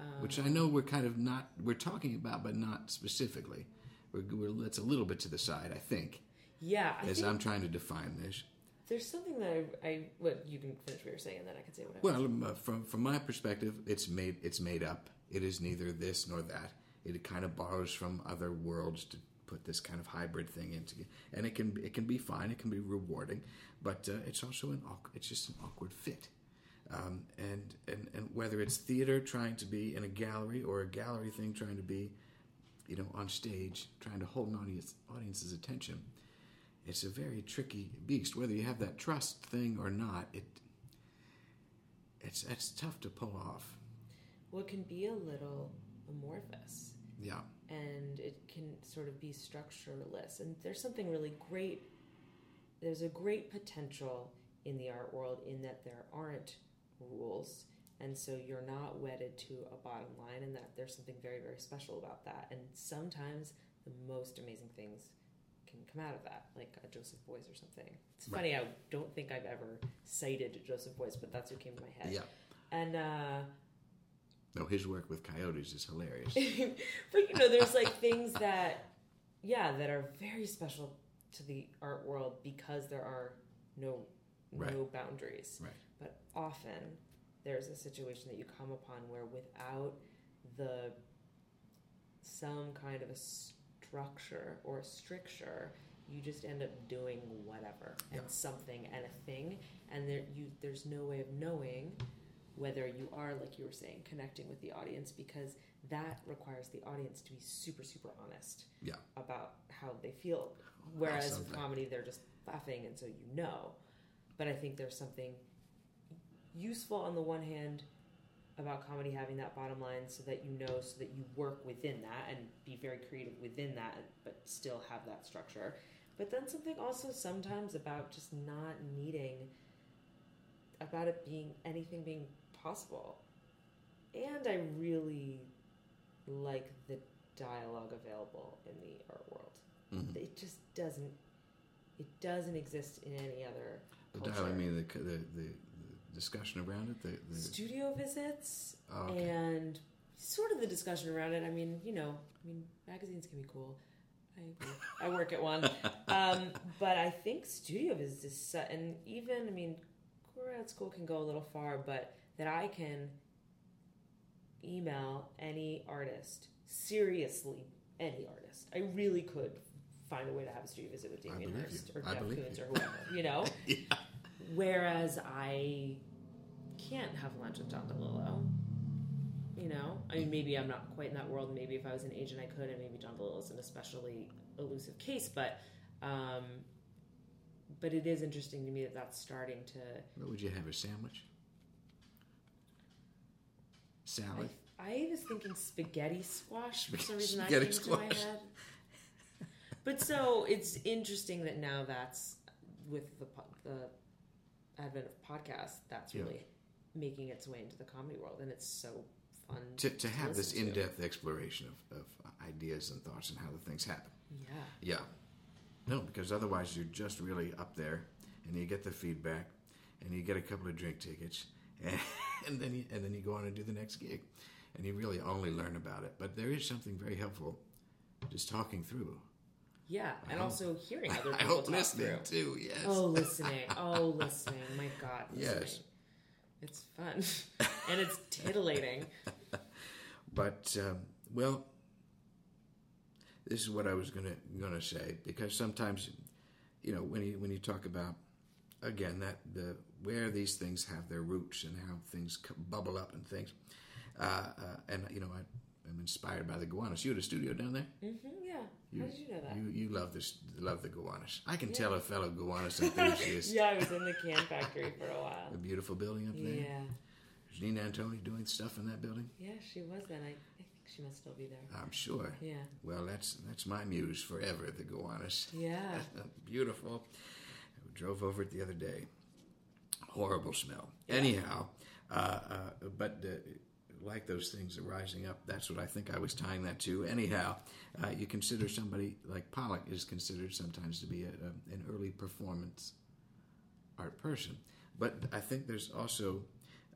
Speaker 2: Um,
Speaker 1: which uh, I know we're kind of not, we're talking about, but not specifically. We're, we're, that's a little bit to the side, I think,
Speaker 2: yeah, I
Speaker 1: as
Speaker 2: think
Speaker 1: I'm trying to define this.
Speaker 2: there's something that I, I well, you can finish what you're saying, and then I can say what I
Speaker 1: Well, um, uh, from from my perspective, it's made it's made up. It is neither this nor that. It kind of borrows from other worlds to put this kind of hybrid thing into, and it can it can be fine. It can be rewarding, but uh, it's also an awk- it's just an awkward fit. Um, and, and and whether it's theater trying to be in a gallery or a gallery thing trying to be, you know, on stage trying to hold an audience audience's attention, it's a very tricky beast. Whether you have that trust thing or not, it it's it's tough to pull off.
Speaker 2: Well, it can be a little amorphous
Speaker 1: Yeah,
Speaker 2: and it can sort of be structureless. And there's something really great, there's a great potential in the art world in that there aren't rules. And so you're not wedded to a bottom line, and that there's something very, very special about that. And sometimes the most amazing things can come out of that, like a Joseph Boyce or something. It's
Speaker 1: Right.
Speaker 2: funny, I don't think I've ever cited Joseph Boyce, but that's what came to my head.
Speaker 1: yeah.
Speaker 2: And, uh,
Speaker 1: No, his work with coyotes is hilarious.
Speaker 2: but you know, there's like things that, yeah, that are very special to the art world because there are no no
Speaker 1: Right.
Speaker 2: boundaries.
Speaker 1: Right.
Speaker 2: But often there's a situation that you come upon where without the some kind of a structure or a stricture, you just end up doing whatever
Speaker 1: Yeah.
Speaker 2: and something and a thing, and there you there's no way of knowing whether you are like you were saying connecting with the audience because that requires the audience to be super super honest
Speaker 1: Yeah.
Speaker 2: about how they feel whereas with
Speaker 1: something.
Speaker 2: comedy they're just laughing and so you know but i think there's something useful on the one hand about comedy having that bottom line so that you know so that you work within that and be very creative within that but still have that structure but then something also sometimes about just not needing about it being anything being possible and i really like the dialogue available in the art world
Speaker 1: Mhm.
Speaker 2: it just doesn't it doesn't exist in any other
Speaker 1: The
Speaker 2: culture.
Speaker 1: dial, I mean, the, the, the, the discussion around it. The, the,
Speaker 2: studio visits
Speaker 1: oh, okay.
Speaker 2: and sort of the discussion around it. I mean, you know, I mean, magazines can be cool. I work, I work at one, um, but I think studio visits is su- and even I mean, grad school can go a little far, but that I can email any artist seriously, any artist. I really could find a way to have a studio visit with
Speaker 1: I
Speaker 2: Damien
Speaker 1: believe
Speaker 2: Hirst
Speaker 1: you.
Speaker 2: or
Speaker 1: I
Speaker 2: Jeff
Speaker 1: believe
Speaker 2: Koons
Speaker 1: you.
Speaker 2: or whoever, you know.
Speaker 1: Yeah.
Speaker 2: Whereas I can't have lunch with John DeLillo. You know, I mean, maybe I'm not quite in that world. Maybe if I was an agent, I could, and maybe John DeLillo is an especially elusive case. But, um, but it is interesting to me that that's starting to.
Speaker 1: What would you have? A sandwich? Salad?
Speaker 2: I, I was thinking spaghetti squash for some reason. That
Speaker 1: Spaghetti
Speaker 2: came to my
Speaker 1: squash.
Speaker 2: head. But so it's interesting that now that's with the po- the advent of podcasts, that's
Speaker 1: Yeah.
Speaker 2: really making its way into the comedy world, and it's so fun
Speaker 1: to, to have this
Speaker 2: listen
Speaker 1: in
Speaker 2: to.
Speaker 1: depth exploration of, of ideas and thoughts and how the things happen.
Speaker 2: Yeah.
Speaker 1: Yeah. No, because otherwise you're just really up there and you get the feedback and you get a couple of drink tickets and, and then you, and then you go on and do the next gig and you really only learn about it. But there is something very helpful just talking through.
Speaker 2: Yeah.
Speaker 1: I
Speaker 2: And
Speaker 1: hope-
Speaker 2: also hearing other people
Speaker 1: I hope
Speaker 2: talk
Speaker 1: listening
Speaker 2: through.
Speaker 1: too, yes.
Speaker 2: Oh, listening. Oh, listening. My God.
Speaker 1: Yes.
Speaker 2: Listening. It's fun. and it's titillating.
Speaker 1: But um, well, this is what I was gonna gonna say because sometimes, you know, when you when you talk about again that the where these things have their roots and how things c- bubble up and things, uh, uh, and you know I am inspired by the Gowanus. You had a studio down there.
Speaker 2: hmm yeah.
Speaker 1: You-
Speaker 2: How did you know that?
Speaker 1: You you love this love the Gowanus. I can tell a fellow Gowanus enthusiast.
Speaker 2: yeah, I was in the can factory for a while.
Speaker 1: A beautiful building up there.
Speaker 2: Yeah.
Speaker 1: Is Nina Antoni doing stuff in that building?
Speaker 2: Yeah, she was then. I, I think she must still be there.
Speaker 1: I'm sure.
Speaker 2: Yeah.
Speaker 1: Well, that's that's my muse forever. The Gowanus.
Speaker 2: Yeah.
Speaker 1: Beautiful. I drove over it the other day. Horrible smell. Anyhow, uh, uh, but uh, like those things are rising up, that's what I think I was tying that to. Anyhow, uh, you consider somebody like Pollock is considered sometimes to be a, a, an early performance art person. But I think there's also,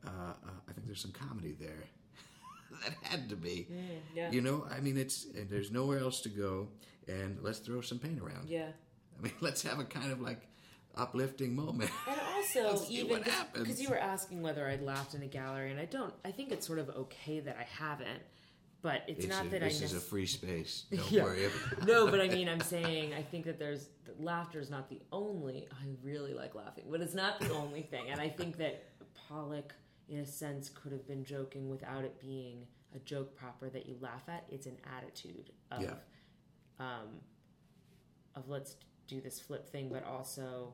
Speaker 1: uh, uh, I think there's some comedy there that had to be.
Speaker 2: Mm, yeah.
Speaker 1: You know, I mean, it's and there's nowhere else to go, and let's throw some paint around.
Speaker 2: Yeah.
Speaker 1: I mean, let's have a kind of like uplifting moment.
Speaker 2: And also,
Speaker 1: Let's see
Speaker 2: even
Speaker 1: what happens.
Speaker 2: because you were asking whether I'd laughed in a gallery, and I don't, I think it's sort of okay that I haven't, But it's, not
Speaker 1: a,
Speaker 2: that I
Speaker 1: this is
Speaker 2: necessarily.
Speaker 1: a free space. Don't
Speaker 2: Yeah.
Speaker 1: worry about it.
Speaker 2: no, but I mean, I'm saying I think that there's that laughter is not the only. I really like laughing, but it's not the only thing. And I think that Pollock, in a sense, could have been joking without it being a joke proper that you laugh at. It's an attitude of,
Speaker 1: Yeah.
Speaker 2: um, of let's do this flip thing, but also.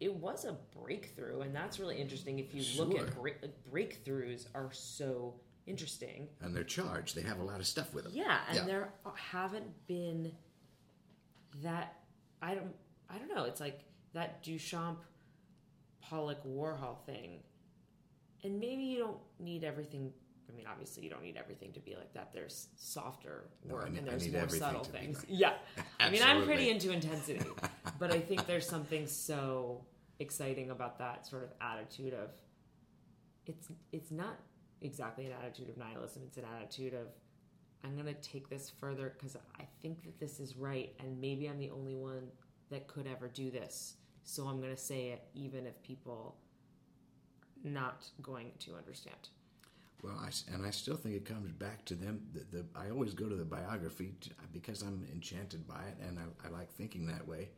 Speaker 2: It was a breakthrough, and that's really interesting. If you look at
Speaker 1: Sure.
Speaker 2: break, breakthroughs, are so interesting
Speaker 1: And they're charged. They have a lot of stuff with them.
Speaker 2: yeah, and
Speaker 1: Yeah.
Speaker 2: there haven't been that. I don't. I don't know. It's like that Duchamp, Pollock, Warhol thing, and maybe you don't need everything. I mean, obviously, you don't need everything to be like that. There's softer
Speaker 1: No, I
Speaker 2: work,
Speaker 1: ne-
Speaker 2: and
Speaker 1: I
Speaker 2: there's
Speaker 1: need
Speaker 2: more
Speaker 1: everything
Speaker 2: subtle
Speaker 1: to be
Speaker 2: things.
Speaker 1: like-
Speaker 2: Yeah, I mean, I'm
Speaker 1: Absolutely.
Speaker 2: pretty into intensity, but I think there's something so exciting about that sort of attitude of it's it's not exactly an attitude of nihilism. It's an attitude of I'm gonna take this further because I think that this is right, and maybe I'm the only one that could ever do this. So I'm gonna say it, even if people not going to understand.
Speaker 1: Well, I s and I still think it comes back to them. The, the, I always go to the biography t because I'm enchanted by it, and I, I like thinking that way.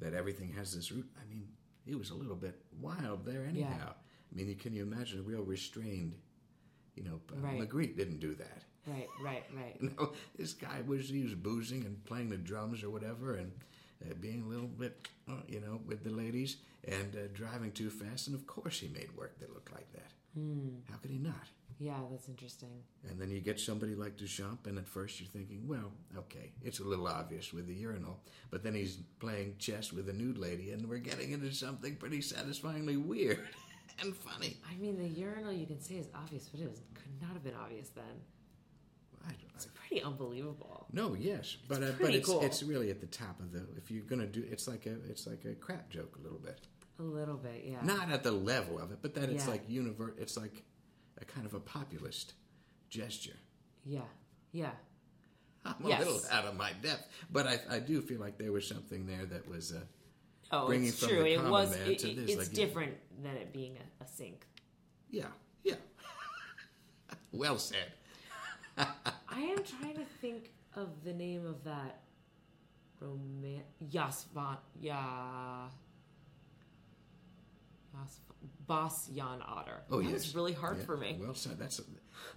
Speaker 1: That everything has this root. I mean, he was a little bit wild there, anyhow. I mean, you- can you imagine a real restrained? You know, uh,
Speaker 2: Right.
Speaker 1: Magritte didn't do that.
Speaker 2: Right, right, right.
Speaker 1: You know, this guy was he was boozing and playing the drums or whatever, and uh, being a little bit, uh, you know, with the ladies and uh, driving too fast. And of course, he made work that looked like that. How could he not?
Speaker 2: Hmm. Yeah, that's interesting.
Speaker 1: And then you get somebody like Duchamp, and at first you're thinking, well, okay, it's a little obvious with the urinal, but then he's playing chess with a nude lady, and we're getting into something pretty satisfyingly weird and funny.
Speaker 2: I mean, the urinal you can say is obvious, but it was, could not have been obvious then.
Speaker 1: I don't know.
Speaker 2: It's pretty unbelievable.
Speaker 1: No, yes, but uh, but
Speaker 2: pretty
Speaker 1: it's
Speaker 2: cool.
Speaker 1: it's really at the top of the. If you're gonna do, it's like a it's like a crap joke a little bit.
Speaker 2: A little bit, yeah.
Speaker 1: Not at the level of it, but then it's
Speaker 2: Yeah.
Speaker 1: like univer. It's like a kind of a populist gesture.
Speaker 2: Yeah, yeah.
Speaker 1: I'm a
Speaker 2: Yes.
Speaker 1: little out of my depth, but I, I do feel like there was something there that was. Uh,
Speaker 2: Oh,
Speaker 1: Bringing
Speaker 2: it's
Speaker 1: from
Speaker 2: true.
Speaker 1: the
Speaker 2: It
Speaker 1: common
Speaker 2: was.
Speaker 1: man
Speaker 2: It,
Speaker 1: to
Speaker 2: it-
Speaker 1: this,
Speaker 2: it's
Speaker 1: like, you-
Speaker 2: different than it being a, a sink.
Speaker 1: Yeah, yeah. well said.
Speaker 2: I am trying to think of the name of that roman Yasvan yeah Yas, Boss Jan Otter.
Speaker 1: Oh,
Speaker 2: that
Speaker 1: yes.
Speaker 2: was really hard
Speaker 1: Yeah,
Speaker 2: for me.
Speaker 1: Well said. That's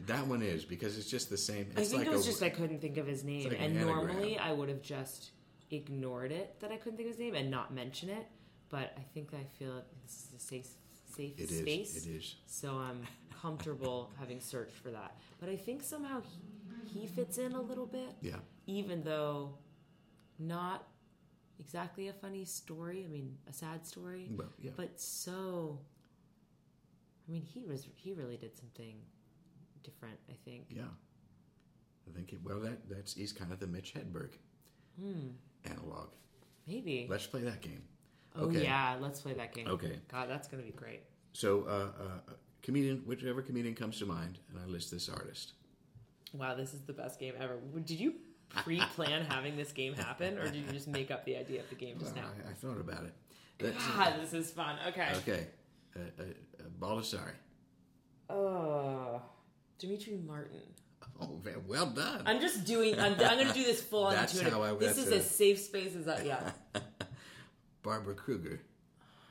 Speaker 1: that one is because it's just the same.
Speaker 2: I
Speaker 1: It's
Speaker 2: think
Speaker 1: like
Speaker 2: it was
Speaker 1: a,
Speaker 2: just I couldn't think of his name,
Speaker 1: like an
Speaker 2: and
Speaker 1: anagram.
Speaker 2: normally I would have just ignored it that I couldn't think of his name and not mention it. But I think I feel this is a safe safe
Speaker 1: It is.
Speaker 2: space.
Speaker 1: It is.
Speaker 2: so I'm comfortable having searched for that. But I think somehow he, he fits in a little bit,
Speaker 1: Yeah.
Speaker 2: even though not exactly a funny story. I mean, a sad story,
Speaker 1: Well, yeah.
Speaker 2: but so. I mean, he was he really did something different. I think.
Speaker 1: yeah. I think it, well that that's he's kind of the Mitch Hedberg analog.
Speaker 2: Hmm, Maybe.
Speaker 1: Let's play that game.
Speaker 2: oh
Speaker 1: okay.
Speaker 2: yeah, let's play that game.
Speaker 1: Okay.
Speaker 2: God, that's gonna be great.
Speaker 1: So uh, uh, comedian, whichever comedian comes to mind, and I list this artist.
Speaker 2: Wow, this is the best game ever. Did you pre-plan having this game happen, or did you just make up the idea of the game just
Speaker 1: Well,
Speaker 2: now?
Speaker 1: I, I thought about it. That's,
Speaker 2: God, this is fun. Okay.
Speaker 1: okay. Uh, uh, uh, Baldessari.
Speaker 2: Uh, Dimitri Martin.
Speaker 1: Oh, ve- well done.
Speaker 2: I'm just doing. I'm, I'm going to do this full on
Speaker 1: That's
Speaker 2: intuitive.
Speaker 1: how I-
Speaker 2: this
Speaker 1: that's
Speaker 2: is
Speaker 1: a-
Speaker 2: as safe space as I. Yeah.
Speaker 1: Barbara Kruger.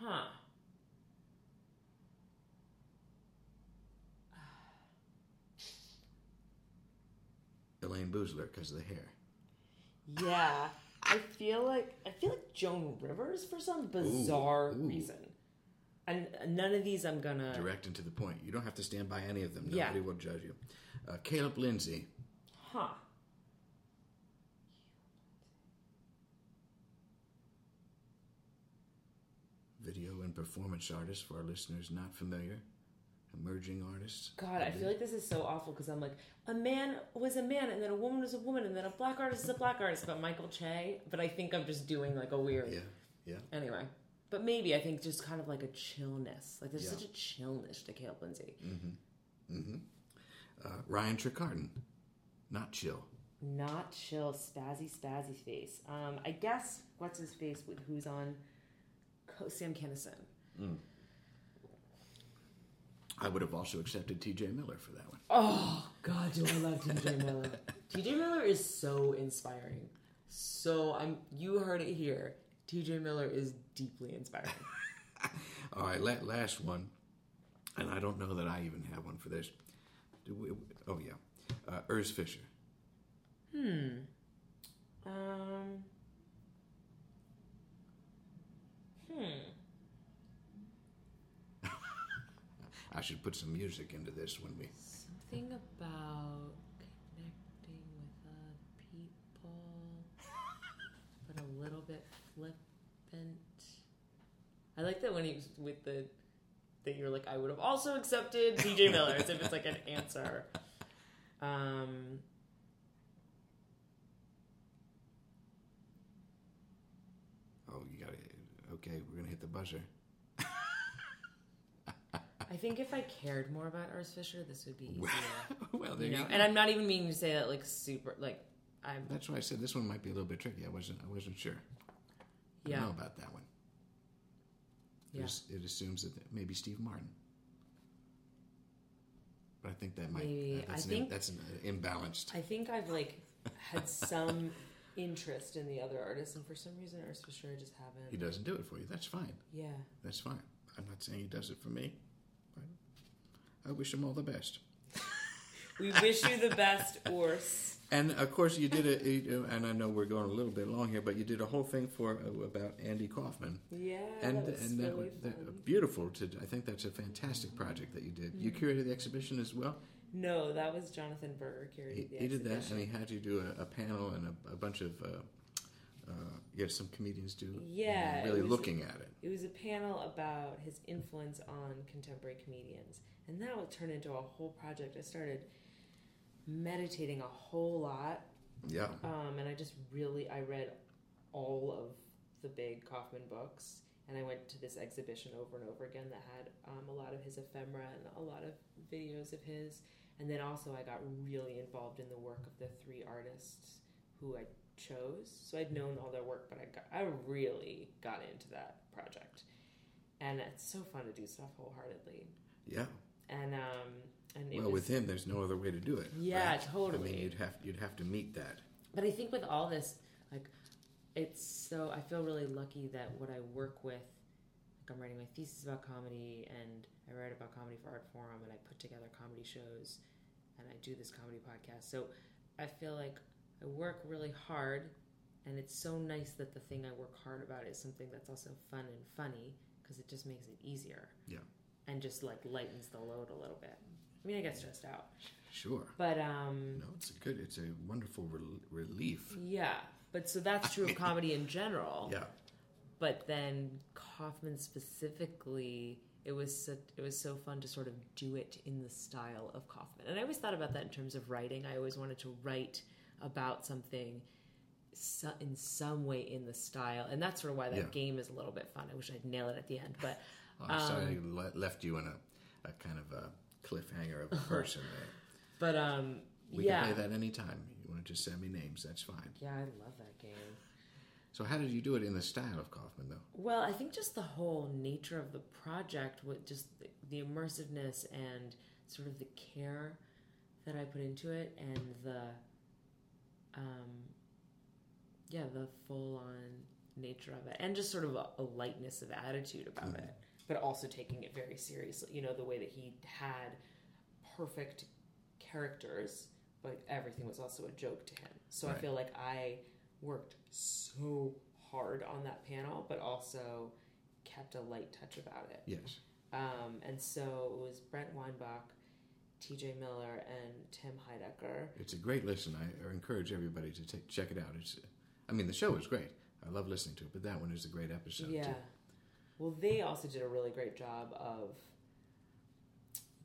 Speaker 2: Huh.
Speaker 1: Elaine Boozler because of the hair.
Speaker 2: Yeah. I feel like I feel like Joan Rivers for some bizarre
Speaker 1: ooh.
Speaker 2: reason. And none of these I'm gonna.
Speaker 1: direct and to the point. You don't have to stand by any of them.
Speaker 2: Yeah.
Speaker 1: Nobody will judge you. Uh, Caleb Lindsay,
Speaker 2: Huh.
Speaker 1: video and performance artist for our listeners not familiar, emerging artist.
Speaker 2: God, I feel like this is so awful because I'm like, a man was a man, and then a woman was a woman, and then a black artist is a black artist, but Michael Che. But I think I'm just doing like a weird.
Speaker 1: Yeah, yeah.
Speaker 2: Anyway, but maybe I think just kind of like a chillness. Like there's
Speaker 1: Yeah.
Speaker 2: such a chillness to Caleb Lindsay.
Speaker 1: Mm-hmm. Uh, Ryan Tricardon, not chill.
Speaker 2: Not chill, spazzy, spazzy face. Um, I guess what's his face with who's on Co- Sam Kinison.
Speaker 1: I would have also accepted T.J. Miller for that one.
Speaker 3: Oh God, do I love TJ Miller? TJ Miller is so inspiring. So I'm. You heard it here. TJ Miller is deeply inspiring.
Speaker 1: All right, la- last one, and I don't know that I even have one for this. Do we, oh yeah, uh, Urs Fisher.
Speaker 2: Hmm. Um. Hmm.
Speaker 1: I should put some music into this when we.
Speaker 3: Something about connecting with other people, but a little bit flippant. I like that when he was with the that you're like I would have also accepted DJ Miller as if it's like an answer.
Speaker 2: Um.
Speaker 1: Oh, you got it. Okay, we're gonna hit the buzzer.
Speaker 3: I think if I cared more about Urs Fisher, this would be easier.
Speaker 1: well, there
Speaker 3: You
Speaker 1: you,
Speaker 3: know,
Speaker 1: go.
Speaker 3: and I'm not even meaning to say that like super like I'm
Speaker 1: That's why I said this one might be a little bit tricky. I wasn't. I wasn't sure. I
Speaker 3: yeah
Speaker 1: don't know about that one. It,
Speaker 3: Yeah.
Speaker 1: as- it assumes that maybe Steve Martin. But I think that might.
Speaker 3: Maybe.
Speaker 1: That's,
Speaker 3: I
Speaker 1: an, im-
Speaker 3: think-
Speaker 1: that's an imbalanced.
Speaker 2: I think I've like had some interest in the other artists, and for some reason, Urs Fisher, I just
Speaker 1: He
Speaker 2: haven't.
Speaker 1: doesn't do it for you. That's fine.
Speaker 2: Yeah.
Speaker 1: That's fine. I'm not saying he does it for me. But I wish him all the best.
Speaker 2: We wish you the best, Urs.
Speaker 1: And of course, you did a. you- And I know we're going a little bit long here, but you did a whole thing for uh, about Andy Kaufman.
Speaker 2: Yeah.
Speaker 1: and
Speaker 2: Oh, that was
Speaker 1: and that,
Speaker 2: really
Speaker 1: was that- uh,
Speaker 2: fun.
Speaker 1: beautiful. To I think that's a fantastic project that you did. You
Speaker 2: Mm-hmm.
Speaker 1: curated the exhibition as well.
Speaker 2: No, that was Jonathan Berger curated
Speaker 1: He,
Speaker 2: the
Speaker 1: he did that,
Speaker 2: exhibition.
Speaker 1: and he had you do a, a panel and a, a bunch of. Uh, uh, you had some comedians do. you know,
Speaker 2: Yeah, it
Speaker 1: really
Speaker 2: was-
Speaker 1: looking at it.
Speaker 2: It was a panel about his influence on contemporary comedians. And that would turn into a whole project. I started meditating a whole lot.
Speaker 1: Yeah.
Speaker 2: Um, and I just really, I read all of the big Kaufman books. And I went to this exhibition over and over again that had um, a lot of his ephemera and a lot of videos of his. And then also, I got really involved in the work of the three artists who I chose. So I'd known all their work, but I got, I really got into that project. And it's so fun to do stuff wholeheartedly.
Speaker 1: Yeah.
Speaker 2: And um, and it
Speaker 1: Well, with
Speaker 2: was,
Speaker 1: him, there's no other way to do it.
Speaker 3: yeah
Speaker 1: right?
Speaker 3: totally
Speaker 1: I mean, you'd have you'd have to meet that.
Speaker 3: but I think with all this like it's so I feel really lucky that what I work with like I'm writing my thesis about comedy and I write about comedy for Art Forum and I put together comedy shows and I do this comedy podcast so I feel like I work really hard and it's so nice that the thing I work hard about is something that's also fun and funny because it just makes it easier
Speaker 1: Yeah.
Speaker 3: and just like lightens the load a little bit I mean I get stressed out
Speaker 1: Sure.
Speaker 3: but um
Speaker 1: No, it's a good. It's a wonderful rel relief.
Speaker 3: yeah but so that's true of comedy in general
Speaker 1: Yeah.
Speaker 3: but then Kaufman specifically, it was so, it was so fun to sort of do it in the style of Kaufman. And I always thought about that in terms of writing. I always wanted to write about something so, in some way in the style, and that's sort of why that
Speaker 1: Yeah.
Speaker 3: game is a little bit fun. I wish I'd nail it at the end, but
Speaker 1: Well, Oh, I'm sorry
Speaker 2: um,
Speaker 1: I le- left you in a, a kind of a cliffhanger of a person. there.
Speaker 3: but um,
Speaker 1: We
Speaker 3: yeah,
Speaker 1: can play that anytime. You want to just send me names? That's fine.
Speaker 3: yeah, I love that game.
Speaker 1: So how did you do it in the style of Kaufman, though?
Speaker 3: Well, I think just the whole nature of the project, with just the, the immersiveness and sort of the care that I put into it, and the, um, yeah, the full on nature of it, and just sort of a, a lightness of attitude about it,
Speaker 2: but also taking it very seriously. You know, the way that he had perfect characters, but everything was also a joke to him. So I
Speaker 1: Right.
Speaker 2: feel like I worked so hard on that panel, but also kept a light touch about it.
Speaker 1: Yes.
Speaker 2: Um, and so it was Brent Weinbach, TJ Miller, and Tim Heidecker.
Speaker 1: It's a great listen. I encourage everybody to take, check it out. It's, I mean, the show is great. I love listening to it, but that one is a great episode.
Speaker 2: yeah.
Speaker 1: Too.
Speaker 2: Well, they also did a really great job of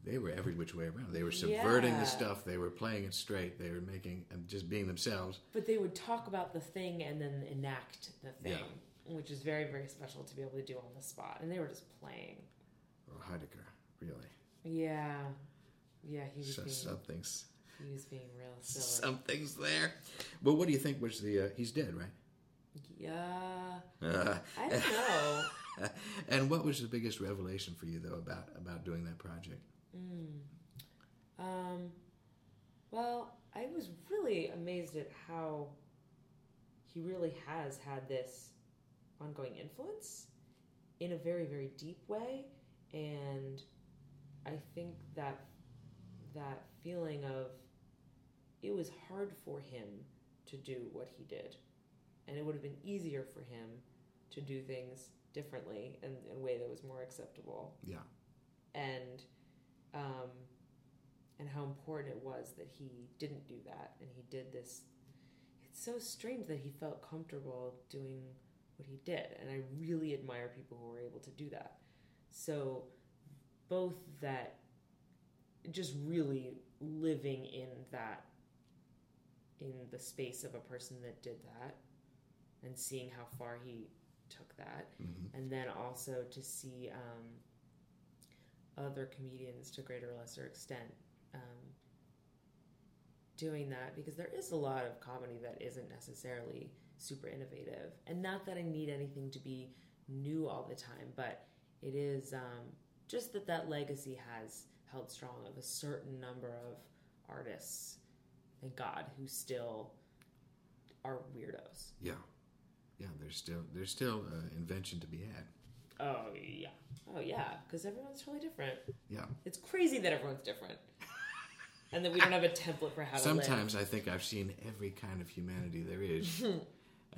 Speaker 1: They were every which way around. They were subverting
Speaker 2: Yeah.
Speaker 1: the stuff. They were playing it straight. They were making and just being themselves.
Speaker 2: But they would talk about the thing and then enact the thing,
Speaker 1: Yeah.
Speaker 2: which is very, very special to be able to do on the spot. And they were just playing.
Speaker 1: Or Oh, Heidegger, really.
Speaker 2: Yeah. Yeah, he was,
Speaker 1: So
Speaker 2: being,
Speaker 1: something's
Speaker 2: he was being real silly.
Speaker 1: something's there. Well, what do you think was the? Uh, he's dead, right?
Speaker 2: yeah.
Speaker 1: Uh,
Speaker 2: I don't know.
Speaker 1: and what was the biggest revelation for you though about about doing that project?
Speaker 2: Mm. Um, well, I was really amazed at how he really has had this ongoing influence in a very, very deep way. And I think that that feeling of it was hard for him to do what he did. And it would have been easier for him to do things differently and in a way that was more acceptable.
Speaker 1: Yeah.
Speaker 2: And um, and how important it was that he didn't do that and he did this. It's so strange that he felt comfortable doing what he did, and I really admire people who were able to do that. So, both that, just really living in that, in the space of a person that did that, and seeing how far he took that,
Speaker 1: hmm
Speaker 2: and then also to see um, other comedians to greater or lesser extent um, doing that because there is a lot of comedy that isn't necessarily super innovative and not that i need anything to be new all the time but it is um, just that that legacy has held strong of a certain number of artists thank god who still are weirdos
Speaker 1: Yeah. Yeah. There's still there's still uh, invention to be had.
Speaker 2: oh yeah oh yeah because everyone's totally different
Speaker 1: Yeah.
Speaker 2: It's crazy that everyone's different. and that we don't have a template for how
Speaker 1: Sometimes I think I've seen every kind of humanity there is, and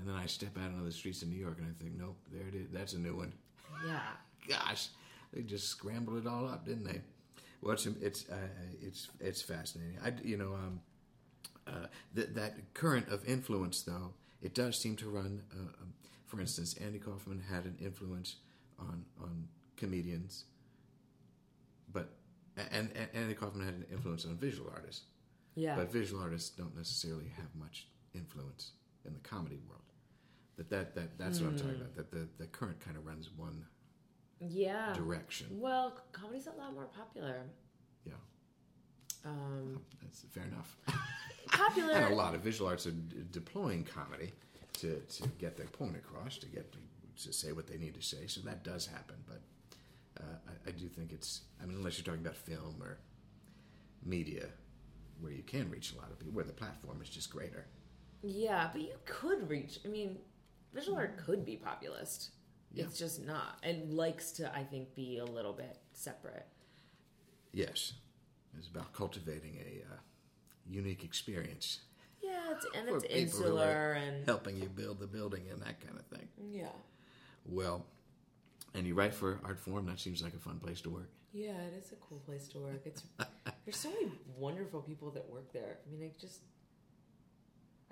Speaker 1: then I step out into the streets of New York and I think, nope, there it is. That's a new one.
Speaker 2: to live. Yeah.
Speaker 1: gosh, they just scrambled it all up, didn't they? Well, it's it's uh, it's it's fascinating. I you know um, uh, th- that current of influence though it does seem to run. Uh, um, for instance, Andy Kaufman had an influence on on comedians, but and, and Andy Kaufman had an influence on visual artists,
Speaker 2: Yeah.
Speaker 1: but visual artists don't necessarily have much influence in the comedy world. But that that that's what I'm talking about. That the the current kind of runs one
Speaker 2: Oh.
Speaker 3: Yeah.
Speaker 1: direction.
Speaker 3: Well, c- comedy's a lot more popular.
Speaker 1: Yeah,
Speaker 3: Um,
Speaker 1: that's fair enough. And a
Speaker 3: popular.
Speaker 1: lot of visual arts are d- deploying comedy to, to get their point across, to get to say what they need to say. So that does happen, but uh, I, I do think it's. I mean, unless you're talking about film or media, where you can reach a lot of people, where the platform is just greater.
Speaker 3: Yeah, but you could reach. I mean, visual art could be populist.
Speaker 1: Yeah.
Speaker 3: It's just not. It likes to, I think, be a little bit separate.
Speaker 1: Yes, it's about cultivating a uh, unique experience,
Speaker 3: Yeah, it's, and
Speaker 1: For
Speaker 3: it's
Speaker 1: people who
Speaker 3: insular and
Speaker 1: helping you build the building and that kind of thing.
Speaker 2: yeah.
Speaker 1: Well, and you write for art form. That seems like a fun place to work.
Speaker 2: Yeah, it is a cool place to work. It's there's so many wonderful people that work there. I mean, I just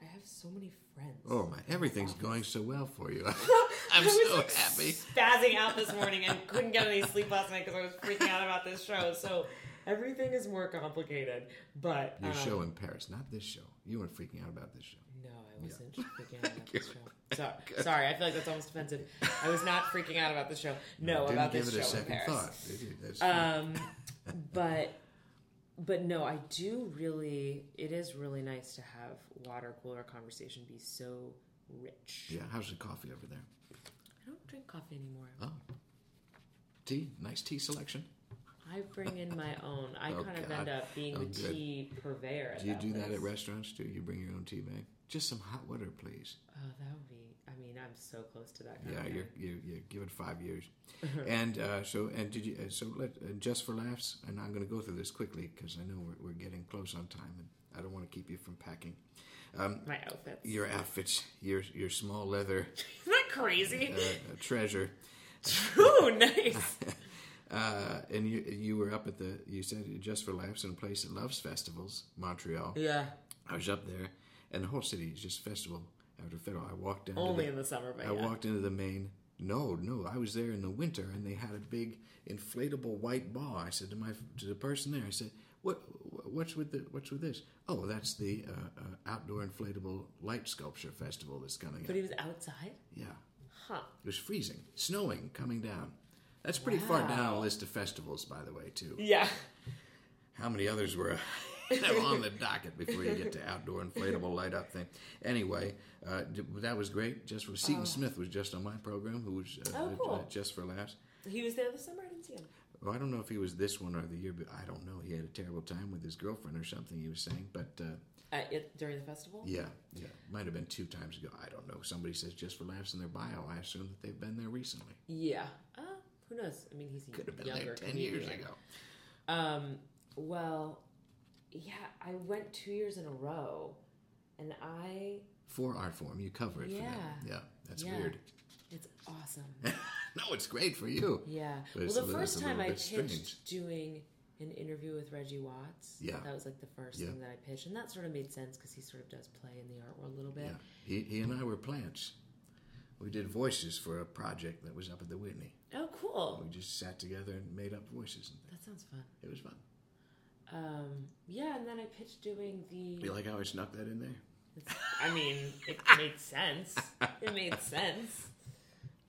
Speaker 2: I have so many friends.
Speaker 1: Oh my! Everything's going so well for you.
Speaker 2: I
Speaker 1: I'm
Speaker 2: was,
Speaker 1: so
Speaker 2: like,
Speaker 1: happy.
Speaker 2: Spazzing out this morning and couldn't get any sleep last night because I was freaking out about this show. So everything is more complicated. But
Speaker 1: Your
Speaker 2: um,
Speaker 1: show in Paris, not this show. You weren't freaking out about this show.
Speaker 2: No, I wasn't freaking out about this show. Sorry, sorry, I feel like that's almost offensive. I was not freaking out about the show. No,
Speaker 1: didn't
Speaker 2: about
Speaker 1: give
Speaker 2: this
Speaker 1: it a
Speaker 2: show
Speaker 1: second
Speaker 2: in Paris.
Speaker 1: thought. did you? That's
Speaker 3: um but but no i do really it is really nice to have water cooler conversation be so rich
Speaker 1: yeah. How's the coffee over there?
Speaker 3: i don't drink coffee anymore
Speaker 1: Oh, tea. Nice tea selection.
Speaker 3: i bring in my own i
Speaker 1: Oh,
Speaker 3: kind of
Speaker 1: God.
Speaker 3: end up being
Speaker 1: Oh,
Speaker 3: the
Speaker 1: good.
Speaker 3: tea purveyor at
Speaker 1: Do you do that
Speaker 3: place.
Speaker 1: at restaurants too? You bring your own tea bag. Just some hot water, please.
Speaker 3: oh that would be i mean i'm so close to that kind
Speaker 1: Yeah,
Speaker 3: of
Speaker 1: you're, you're, you're give it five years. and uh, so and did you? uh, So let uh, just for laughs, and I'm going to go through this quickly because I know we're, we're getting close on time, and I don't want to keep you from packing. Um,
Speaker 3: my outfits
Speaker 1: your outfits, your your small leather
Speaker 3: isn't that crazy
Speaker 1: uh, treasure,
Speaker 3: oh nice
Speaker 1: uh, and you you were up at the you said just for laughs in a place that loves festivals, Montreal.
Speaker 3: yeah
Speaker 1: I was up there, and the whole city is just festival after festival. I walked down.
Speaker 3: only
Speaker 1: to
Speaker 3: in the summer but
Speaker 1: the, I
Speaker 3: yeah.
Speaker 1: walked into the main. No, no, I was there in the winter, and they had a big inflatable white ball. I said to my to the person there, I said, "What what's with the what's with this? Oh, that's the uh, uh, outdoor inflatable light sculpture festival that's coming
Speaker 3: but
Speaker 1: up.
Speaker 3: he was outside
Speaker 1: Yeah,
Speaker 3: huh
Speaker 1: It was freezing, snowing, coming down. That's pretty far down a list of festivals, by the way, too.
Speaker 3: yeah
Speaker 1: How many others were that were on the docket before you get to outdoor inflatable light up thing? Anyway, uh, d- that was great. Just for Seton Smith was just on my program, who was uh,
Speaker 2: Oh, cool.
Speaker 1: just for laughs.
Speaker 2: He was there this summer. I didn't see him.
Speaker 1: Well, I don't know if he was this one or the year, but I don't know. He had a terrible time with his girlfriend or something. He was saying, but uh,
Speaker 2: At it, during the festival?
Speaker 1: yeah, yeah, might have been two times ago. I don't know. Somebody says just for laughs in their bio. I assume that they've been there recently.
Speaker 2: Yeah. Uh, who knows? I mean, he's a
Speaker 1: Could have been
Speaker 2: younger
Speaker 1: there ten
Speaker 2: comedian.
Speaker 1: years ago.
Speaker 2: Um, well, yeah, I went two years in a row, and I
Speaker 1: For art form, you cover it for them.
Speaker 2: Yeah.
Speaker 1: Yeah, that's
Speaker 2: Yeah.
Speaker 1: weird.
Speaker 2: it's awesome.
Speaker 1: no, it's great for you.
Speaker 2: Yeah.
Speaker 1: But it's
Speaker 2: well,
Speaker 1: a
Speaker 2: the
Speaker 1: little- it's
Speaker 2: first
Speaker 1: a
Speaker 2: time
Speaker 1: little
Speaker 2: I
Speaker 1: bit
Speaker 2: pitched
Speaker 1: strange.
Speaker 2: doing an interview with Reggie Watts.
Speaker 1: Yeah.
Speaker 2: That was like the first
Speaker 1: Yeah.
Speaker 2: thing that I pitched, and that sort of made sense because he sort of does play in the art world a little bit.
Speaker 1: Yeah, he, he and I were plants. We did voices for a project that was up at the Whitney.
Speaker 2: Oh, cool.
Speaker 1: We just sat together and made up voices and things.
Speaker 2: That sounds fun.
Speaker 1: It was fun.
Speaker 2: Um, yeah, and then I pitched doing the.
Speaker 1: You like how I snuck that in there?
Speaker 2: I mean, it made sense. It made sense.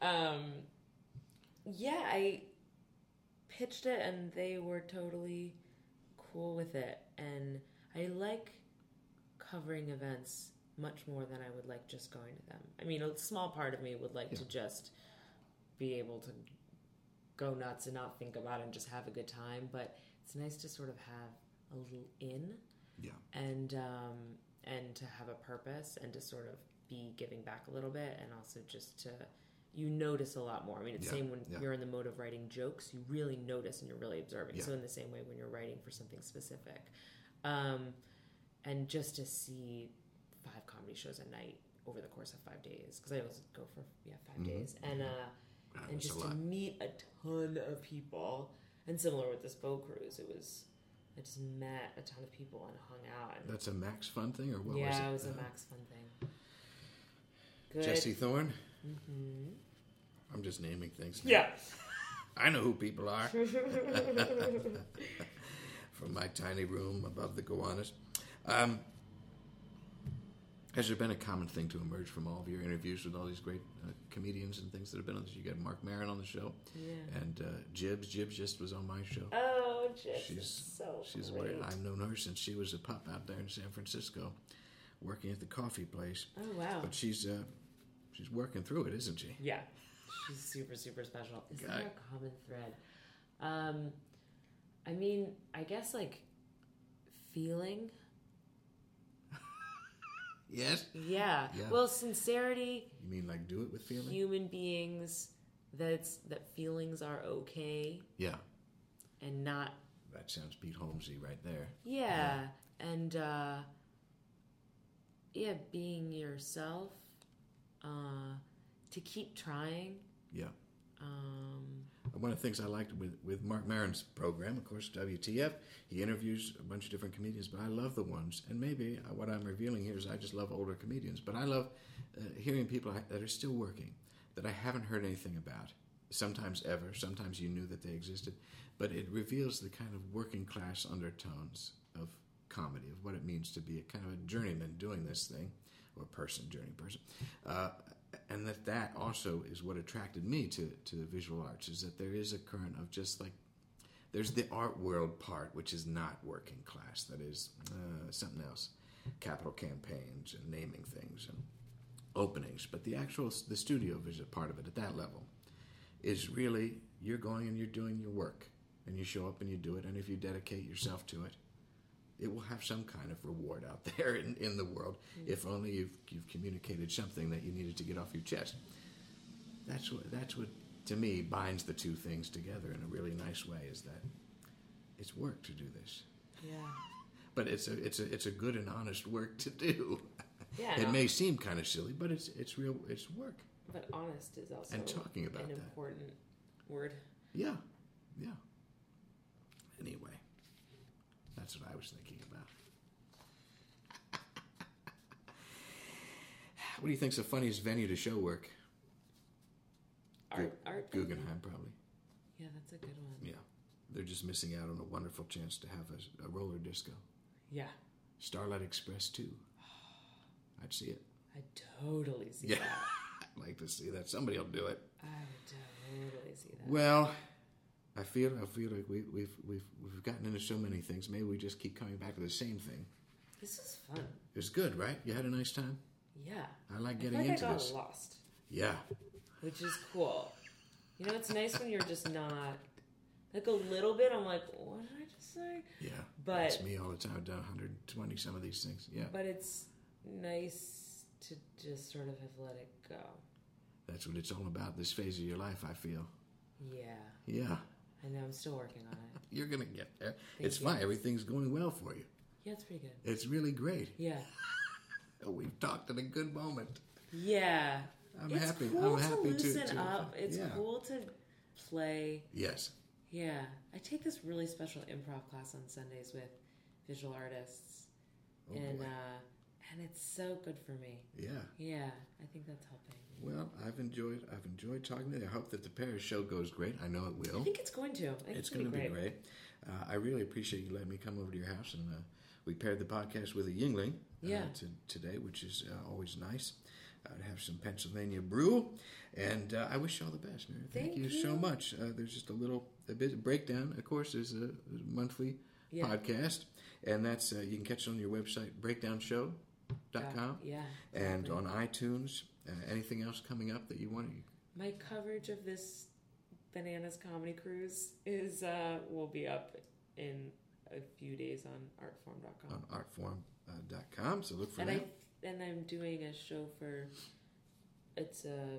Speaker 2: Um, yeah, I pitched it and they were totally cool with it. And I like covering events much more than I would like just going to them. I mean, a small part of me would like to just be able to go nuts and not think about it and just have a good time. But it's nice to sort of have a little in
Speaker 1: Yeah.
Speaker 2: and um, and to have a purpose and to sort of be giving back a little bit and also just to you notice a lot more. I mean, it's the
Speaker 1: Yeah,
Speaker 2: same when
Speaker 1: yeah.
Speaker 2: you're in the mode of writing jokes, you really notice and you're really observing.
Speaker 1: Yeah.
Speaker 2: So in the same way when you're writing for something specific, um, and just to see five comedy shows a night over the course of five days because I always go for yeah 5
Speaker 1: Mm-hmm.
Speaker 2: days and uh,
Speaker 1: That
Speaker 2: and
Speaker 1: was
Speaker 2: just
Speaker 1: a
Speaker 2: to
Speaker 1: lot.
Speaker 2: meet a ton of people. And similar with this boat cruise, it was I just met a ton of people and hung out. And
Speaker 1: That's a Max Fun thing, or what
Speaker 2: yeah,
Speaker 1: was it?
Speaker 2: it was a
Speaker 1: Uh,
Speaker 2: Max Fun thing. Good.
Speaker 1: Jesse Thorne?
Speaker 2: Mhm.
Speaker 1: I'm just naming things. now.
Speaker 2: Yeah.
Speaker 1: I know who people are. From my tiny room above the Gowanus. Um, has there been a common thing to emerge from all of your interviews with all these great uh, comedians and things that have been on this? You got Mark Maron on the show,
Speaker 2: Yeah.
Speaker 1: and uh, Jibs. Jibs just was on my show.
Speaker 2: Oh, Jess,
Speaker 1: She's-
Speaker 2: it's so
Speaker 1: She's
Speaker 2: great.
Speaker 1: great. I've known her since she was a pup out there in San Francisco, working at the coffee place.
Speaker 2: Oh wow.
Speaker 1: But she's uh, she's working through it, isn't she?
Speaker 2: Yeah, she's super, super special. Is
Speaker 1: Guy.
Speaker 2: there a common thread? Um, I mean, I guess like feeling.
Speaker 1: Yes.
Speaker 2: Yeah.
Speaker 1: Yeah.
Speaker 2: Well, sincerity,
Speaker 1: You mean like do it with feeling?
Speaker 2: human beings, that's that feelings are okay
Speaker 1: yeah.
Speaker 2: and not.
Speaker 1: That sounds Pete Holmesy right there.
Speaker 2: Yeah. And uh, yeah, being yourself. Uh, to keep trying.
Speaker 1: Yeah.
Speaker 2: Um,
Speaker 1: One of the things I liked with, with Mark Maron's program, of course, WTF, he interviews a bunch of different comedians, but I love the ones, and maybe what I'm revealing here is I just love older comedians, but I love uh, hearing people I- that are still working, that I haven't heard anything about, sometimes ever, sometimes you knew that they existed, but it reveals the kind of working class undertones of comedy, of what it means to be a kind of a journeyman doing this thing, or person, journey person. Uh, and that that also is what attracted me to, to the visual arts, is that there is a current of just like, there's the art world part, which is not working class, that is uh, something else. Capital campaigns and naming things and openings, but the actual the studio visit part of it at that level is really you're going and you're doing your work and you show up and you do it and if you dedicate yourself to it it will have some kind of reward out there in, in the world if only you've, you've communicated something that you needed to get off your chest that's what that's what to me binds the two things together in a really nice way is that it's work to do this
Speaker 2: yeah.
Speaker 1: but it's a it's a it's a good and honest work to do
Speaker 2: Yeah.
Speaker 1: it
Speaker 2: no.
Speaker 1: may seem kind of silly but it's it's real it's work
Speaker 4: But honest is also
Speaker 1: and talking about
Speaker 4: an
Speaker 1: that
Speaker 4: important word.
Speaker 1: Yeah, yeah. Anyway, that's what I was thinking about. what do you think's the funniest venue to show work?
Speaker 4: Art, art.
Speaker 1: Guggenheim, probably.
Speaker 2: Yeah, that's a good one.
Speaker 1: Yeah, they're just missing out on a wonderful chance to have a, a roller disco.
Speaker 2: Yeah.
Speaker 1: Starlight Express too. I'd see it.
Speaker 2: I totally see
Speaker 1: Yeah.
Speaker 2: that.
Speaker 1: I'd like to see that. Somebody'll do it.
Speaker 2: I would totally see that.
Speaker 1: Well, I feel I feel like we, we've we've we've gotten into so many things. Maybe we just keep coming back to the same thing.
Speaker 2: This is fun.
Speaker 1: It was good, right? You had a nice time.
Speaker 2: Yeah.
Speaker 1: I like
Speaker 4: I
Speaker 1: getting
Speaker 4: feel like I
Speaker 1: into
Speaker 4: got
Speaker 1: this.
Speaker 4: lost,
Speaker 1: Yeah,
Speaker 2: Which is cool. You know, it's nice when you're just not like a little bit. I'm like, what did I just say?
Speaker 1: Yeah.
Speaker 2: But-
Speaker 1: That's me all the time. I've done 120 some of these things. Yeah.
Speaker 2: But it's nice to just sort of have let it go.
Speaker 1: That's what it's all about, this phase of your life, I feel.
Speaker 2: Yeah,
Speaker 1: Yeah.
Speaker 2: I know. I'm still working on it.
Speaker 1: You're going to get there. it's
Speaker 2: you.
Speaker 1: fine. Everything's going well for you.
Speaker 2: Yeah, it's pretty good.
Speaker 1: It's really great. Oh,
Speaker 2: Yeah,
Speaker 1: We've talked at a good moment.
Speaker 2: yeah.
Speaker 1: I'm
Speaker 2: it's
Speaker 1: happy.
Speaker 2: cool
Speaker 1: I'm happy
Speaker 2: to loosen
Speaker 1: to,
Speaker 2: up. It's
Speaker 1: yeah.
Speaker 2: cool to play.
Speaker 1: Yes.
Speaker 2: Yeah, I take this really special improv class on Sundays with visual artists,
Speaker 1: Oh,
Speaker 2: and
Speaker 1: boy.
Speaker 2: uh, and it's so good for me.
Speaker 1: Yeah.
Speaker 2: Yeah, I think that's helping.
Speaker 1: Well, I've enjoyed. I've enjoyed talking to you. I hope that the Paris show goes great. I know it
Speaker 2: I
Speaker 1: will.
Speaker 2: think it's going to. I think
Speaker 1: It's
Speaker 2: going to
Speaker 1: be great. Uh, I really appreciate you letting me come over to your house, and uh, we paired the podcast with a Yingling uh,
Speaker 2: Yeah.
Speaker 1: to, today, which is uh, always nice. I'd have some Pennsylvania brew, and uh, I wish you all the best, Mary. Thank,
Speaker 2: Thank
Speaker 1: so
Speaker 2: you.
Speaker 1: much. Uh, there's just a little a bit of breakdown. Of course, there's a monthly
Speaker 2: Yeah.
Speaker 1: podcast, and that's uh, you can catch it on your website breakdownshow.com
Speaker 2: Yeah.
Speaker 1: and on iTunes. Uh, anything else coming up that you want? to
Speaker 2: My coverage of this bananas comedy cruise is uh, will be up in a few days on artform.com.
Speaker 1: on artform.com. So look Oh, for
Speaker 2: and
Speaker 1: that.
Speaker 2: I and I'm doing a show for it's uh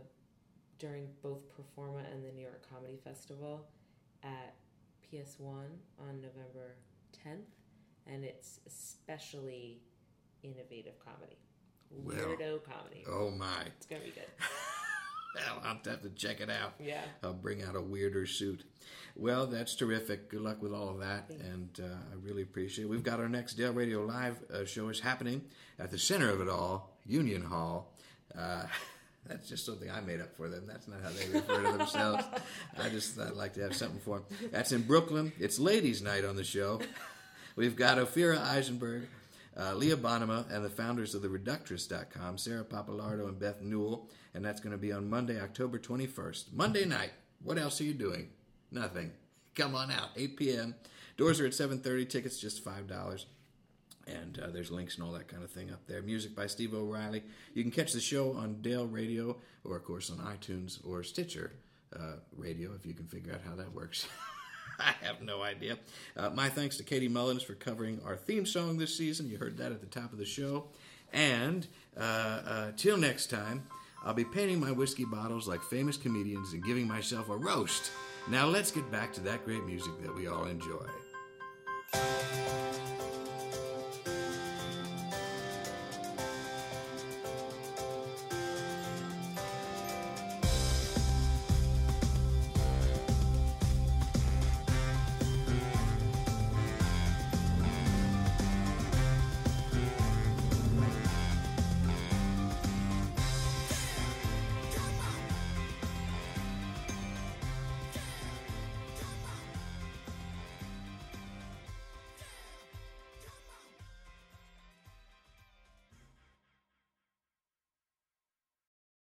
Speaker 2: during both Performa and the New York Comedy Festival at PS1 on November 10th, and it's especially innovative comedy,
Speaker 1: Well.
Speaker 2: weirdo comedy.
Speaker 1: oh my!
Speaker 2: It's gonna be good.
Speaker 1: Well, I'll have to check it out.
Speaker 2: Yeah.
Speaker 1: I'll bring out a weirder suit. Well, that's terrific. Good luck with all of that, and uh, I really appreciate it. We've got our next Dale Radio Live uh, show is happening at the center of it all, Union Hall. Uh, that's just something I made up for them. That's not how they refer to themselves. I just thought I'd like to have something for them. That's in Brooklyn. It's ladies' night on the show. We've got Ophira Eisenberg, uh, Leah Bonema, and the founders of the Reductress.com, Sarah Papalardo and Beth Newell, and that's going to be on Monday, October 21st. Monday night. What else are you doing? Nothing. Come on out, 8 p.m. Doors are at 7:30. Tickets just five dollars. And uh, there's links and all that kind of thing up there. Music by Steve O'Reilly. You can catch the show on Dale Radio, or of course on iTunes or Stitcher uh, Radio, if you can figure out how that works. I have no idea. Uh, my thanks to Katie Mullins for covering our theme song this season. You heard that at the top of the show. And uh, uh, till next time, I'll be painting my whiskey bottles like famous comedians and giving myself a roast. Now let's get back to that great music that we all enjoy.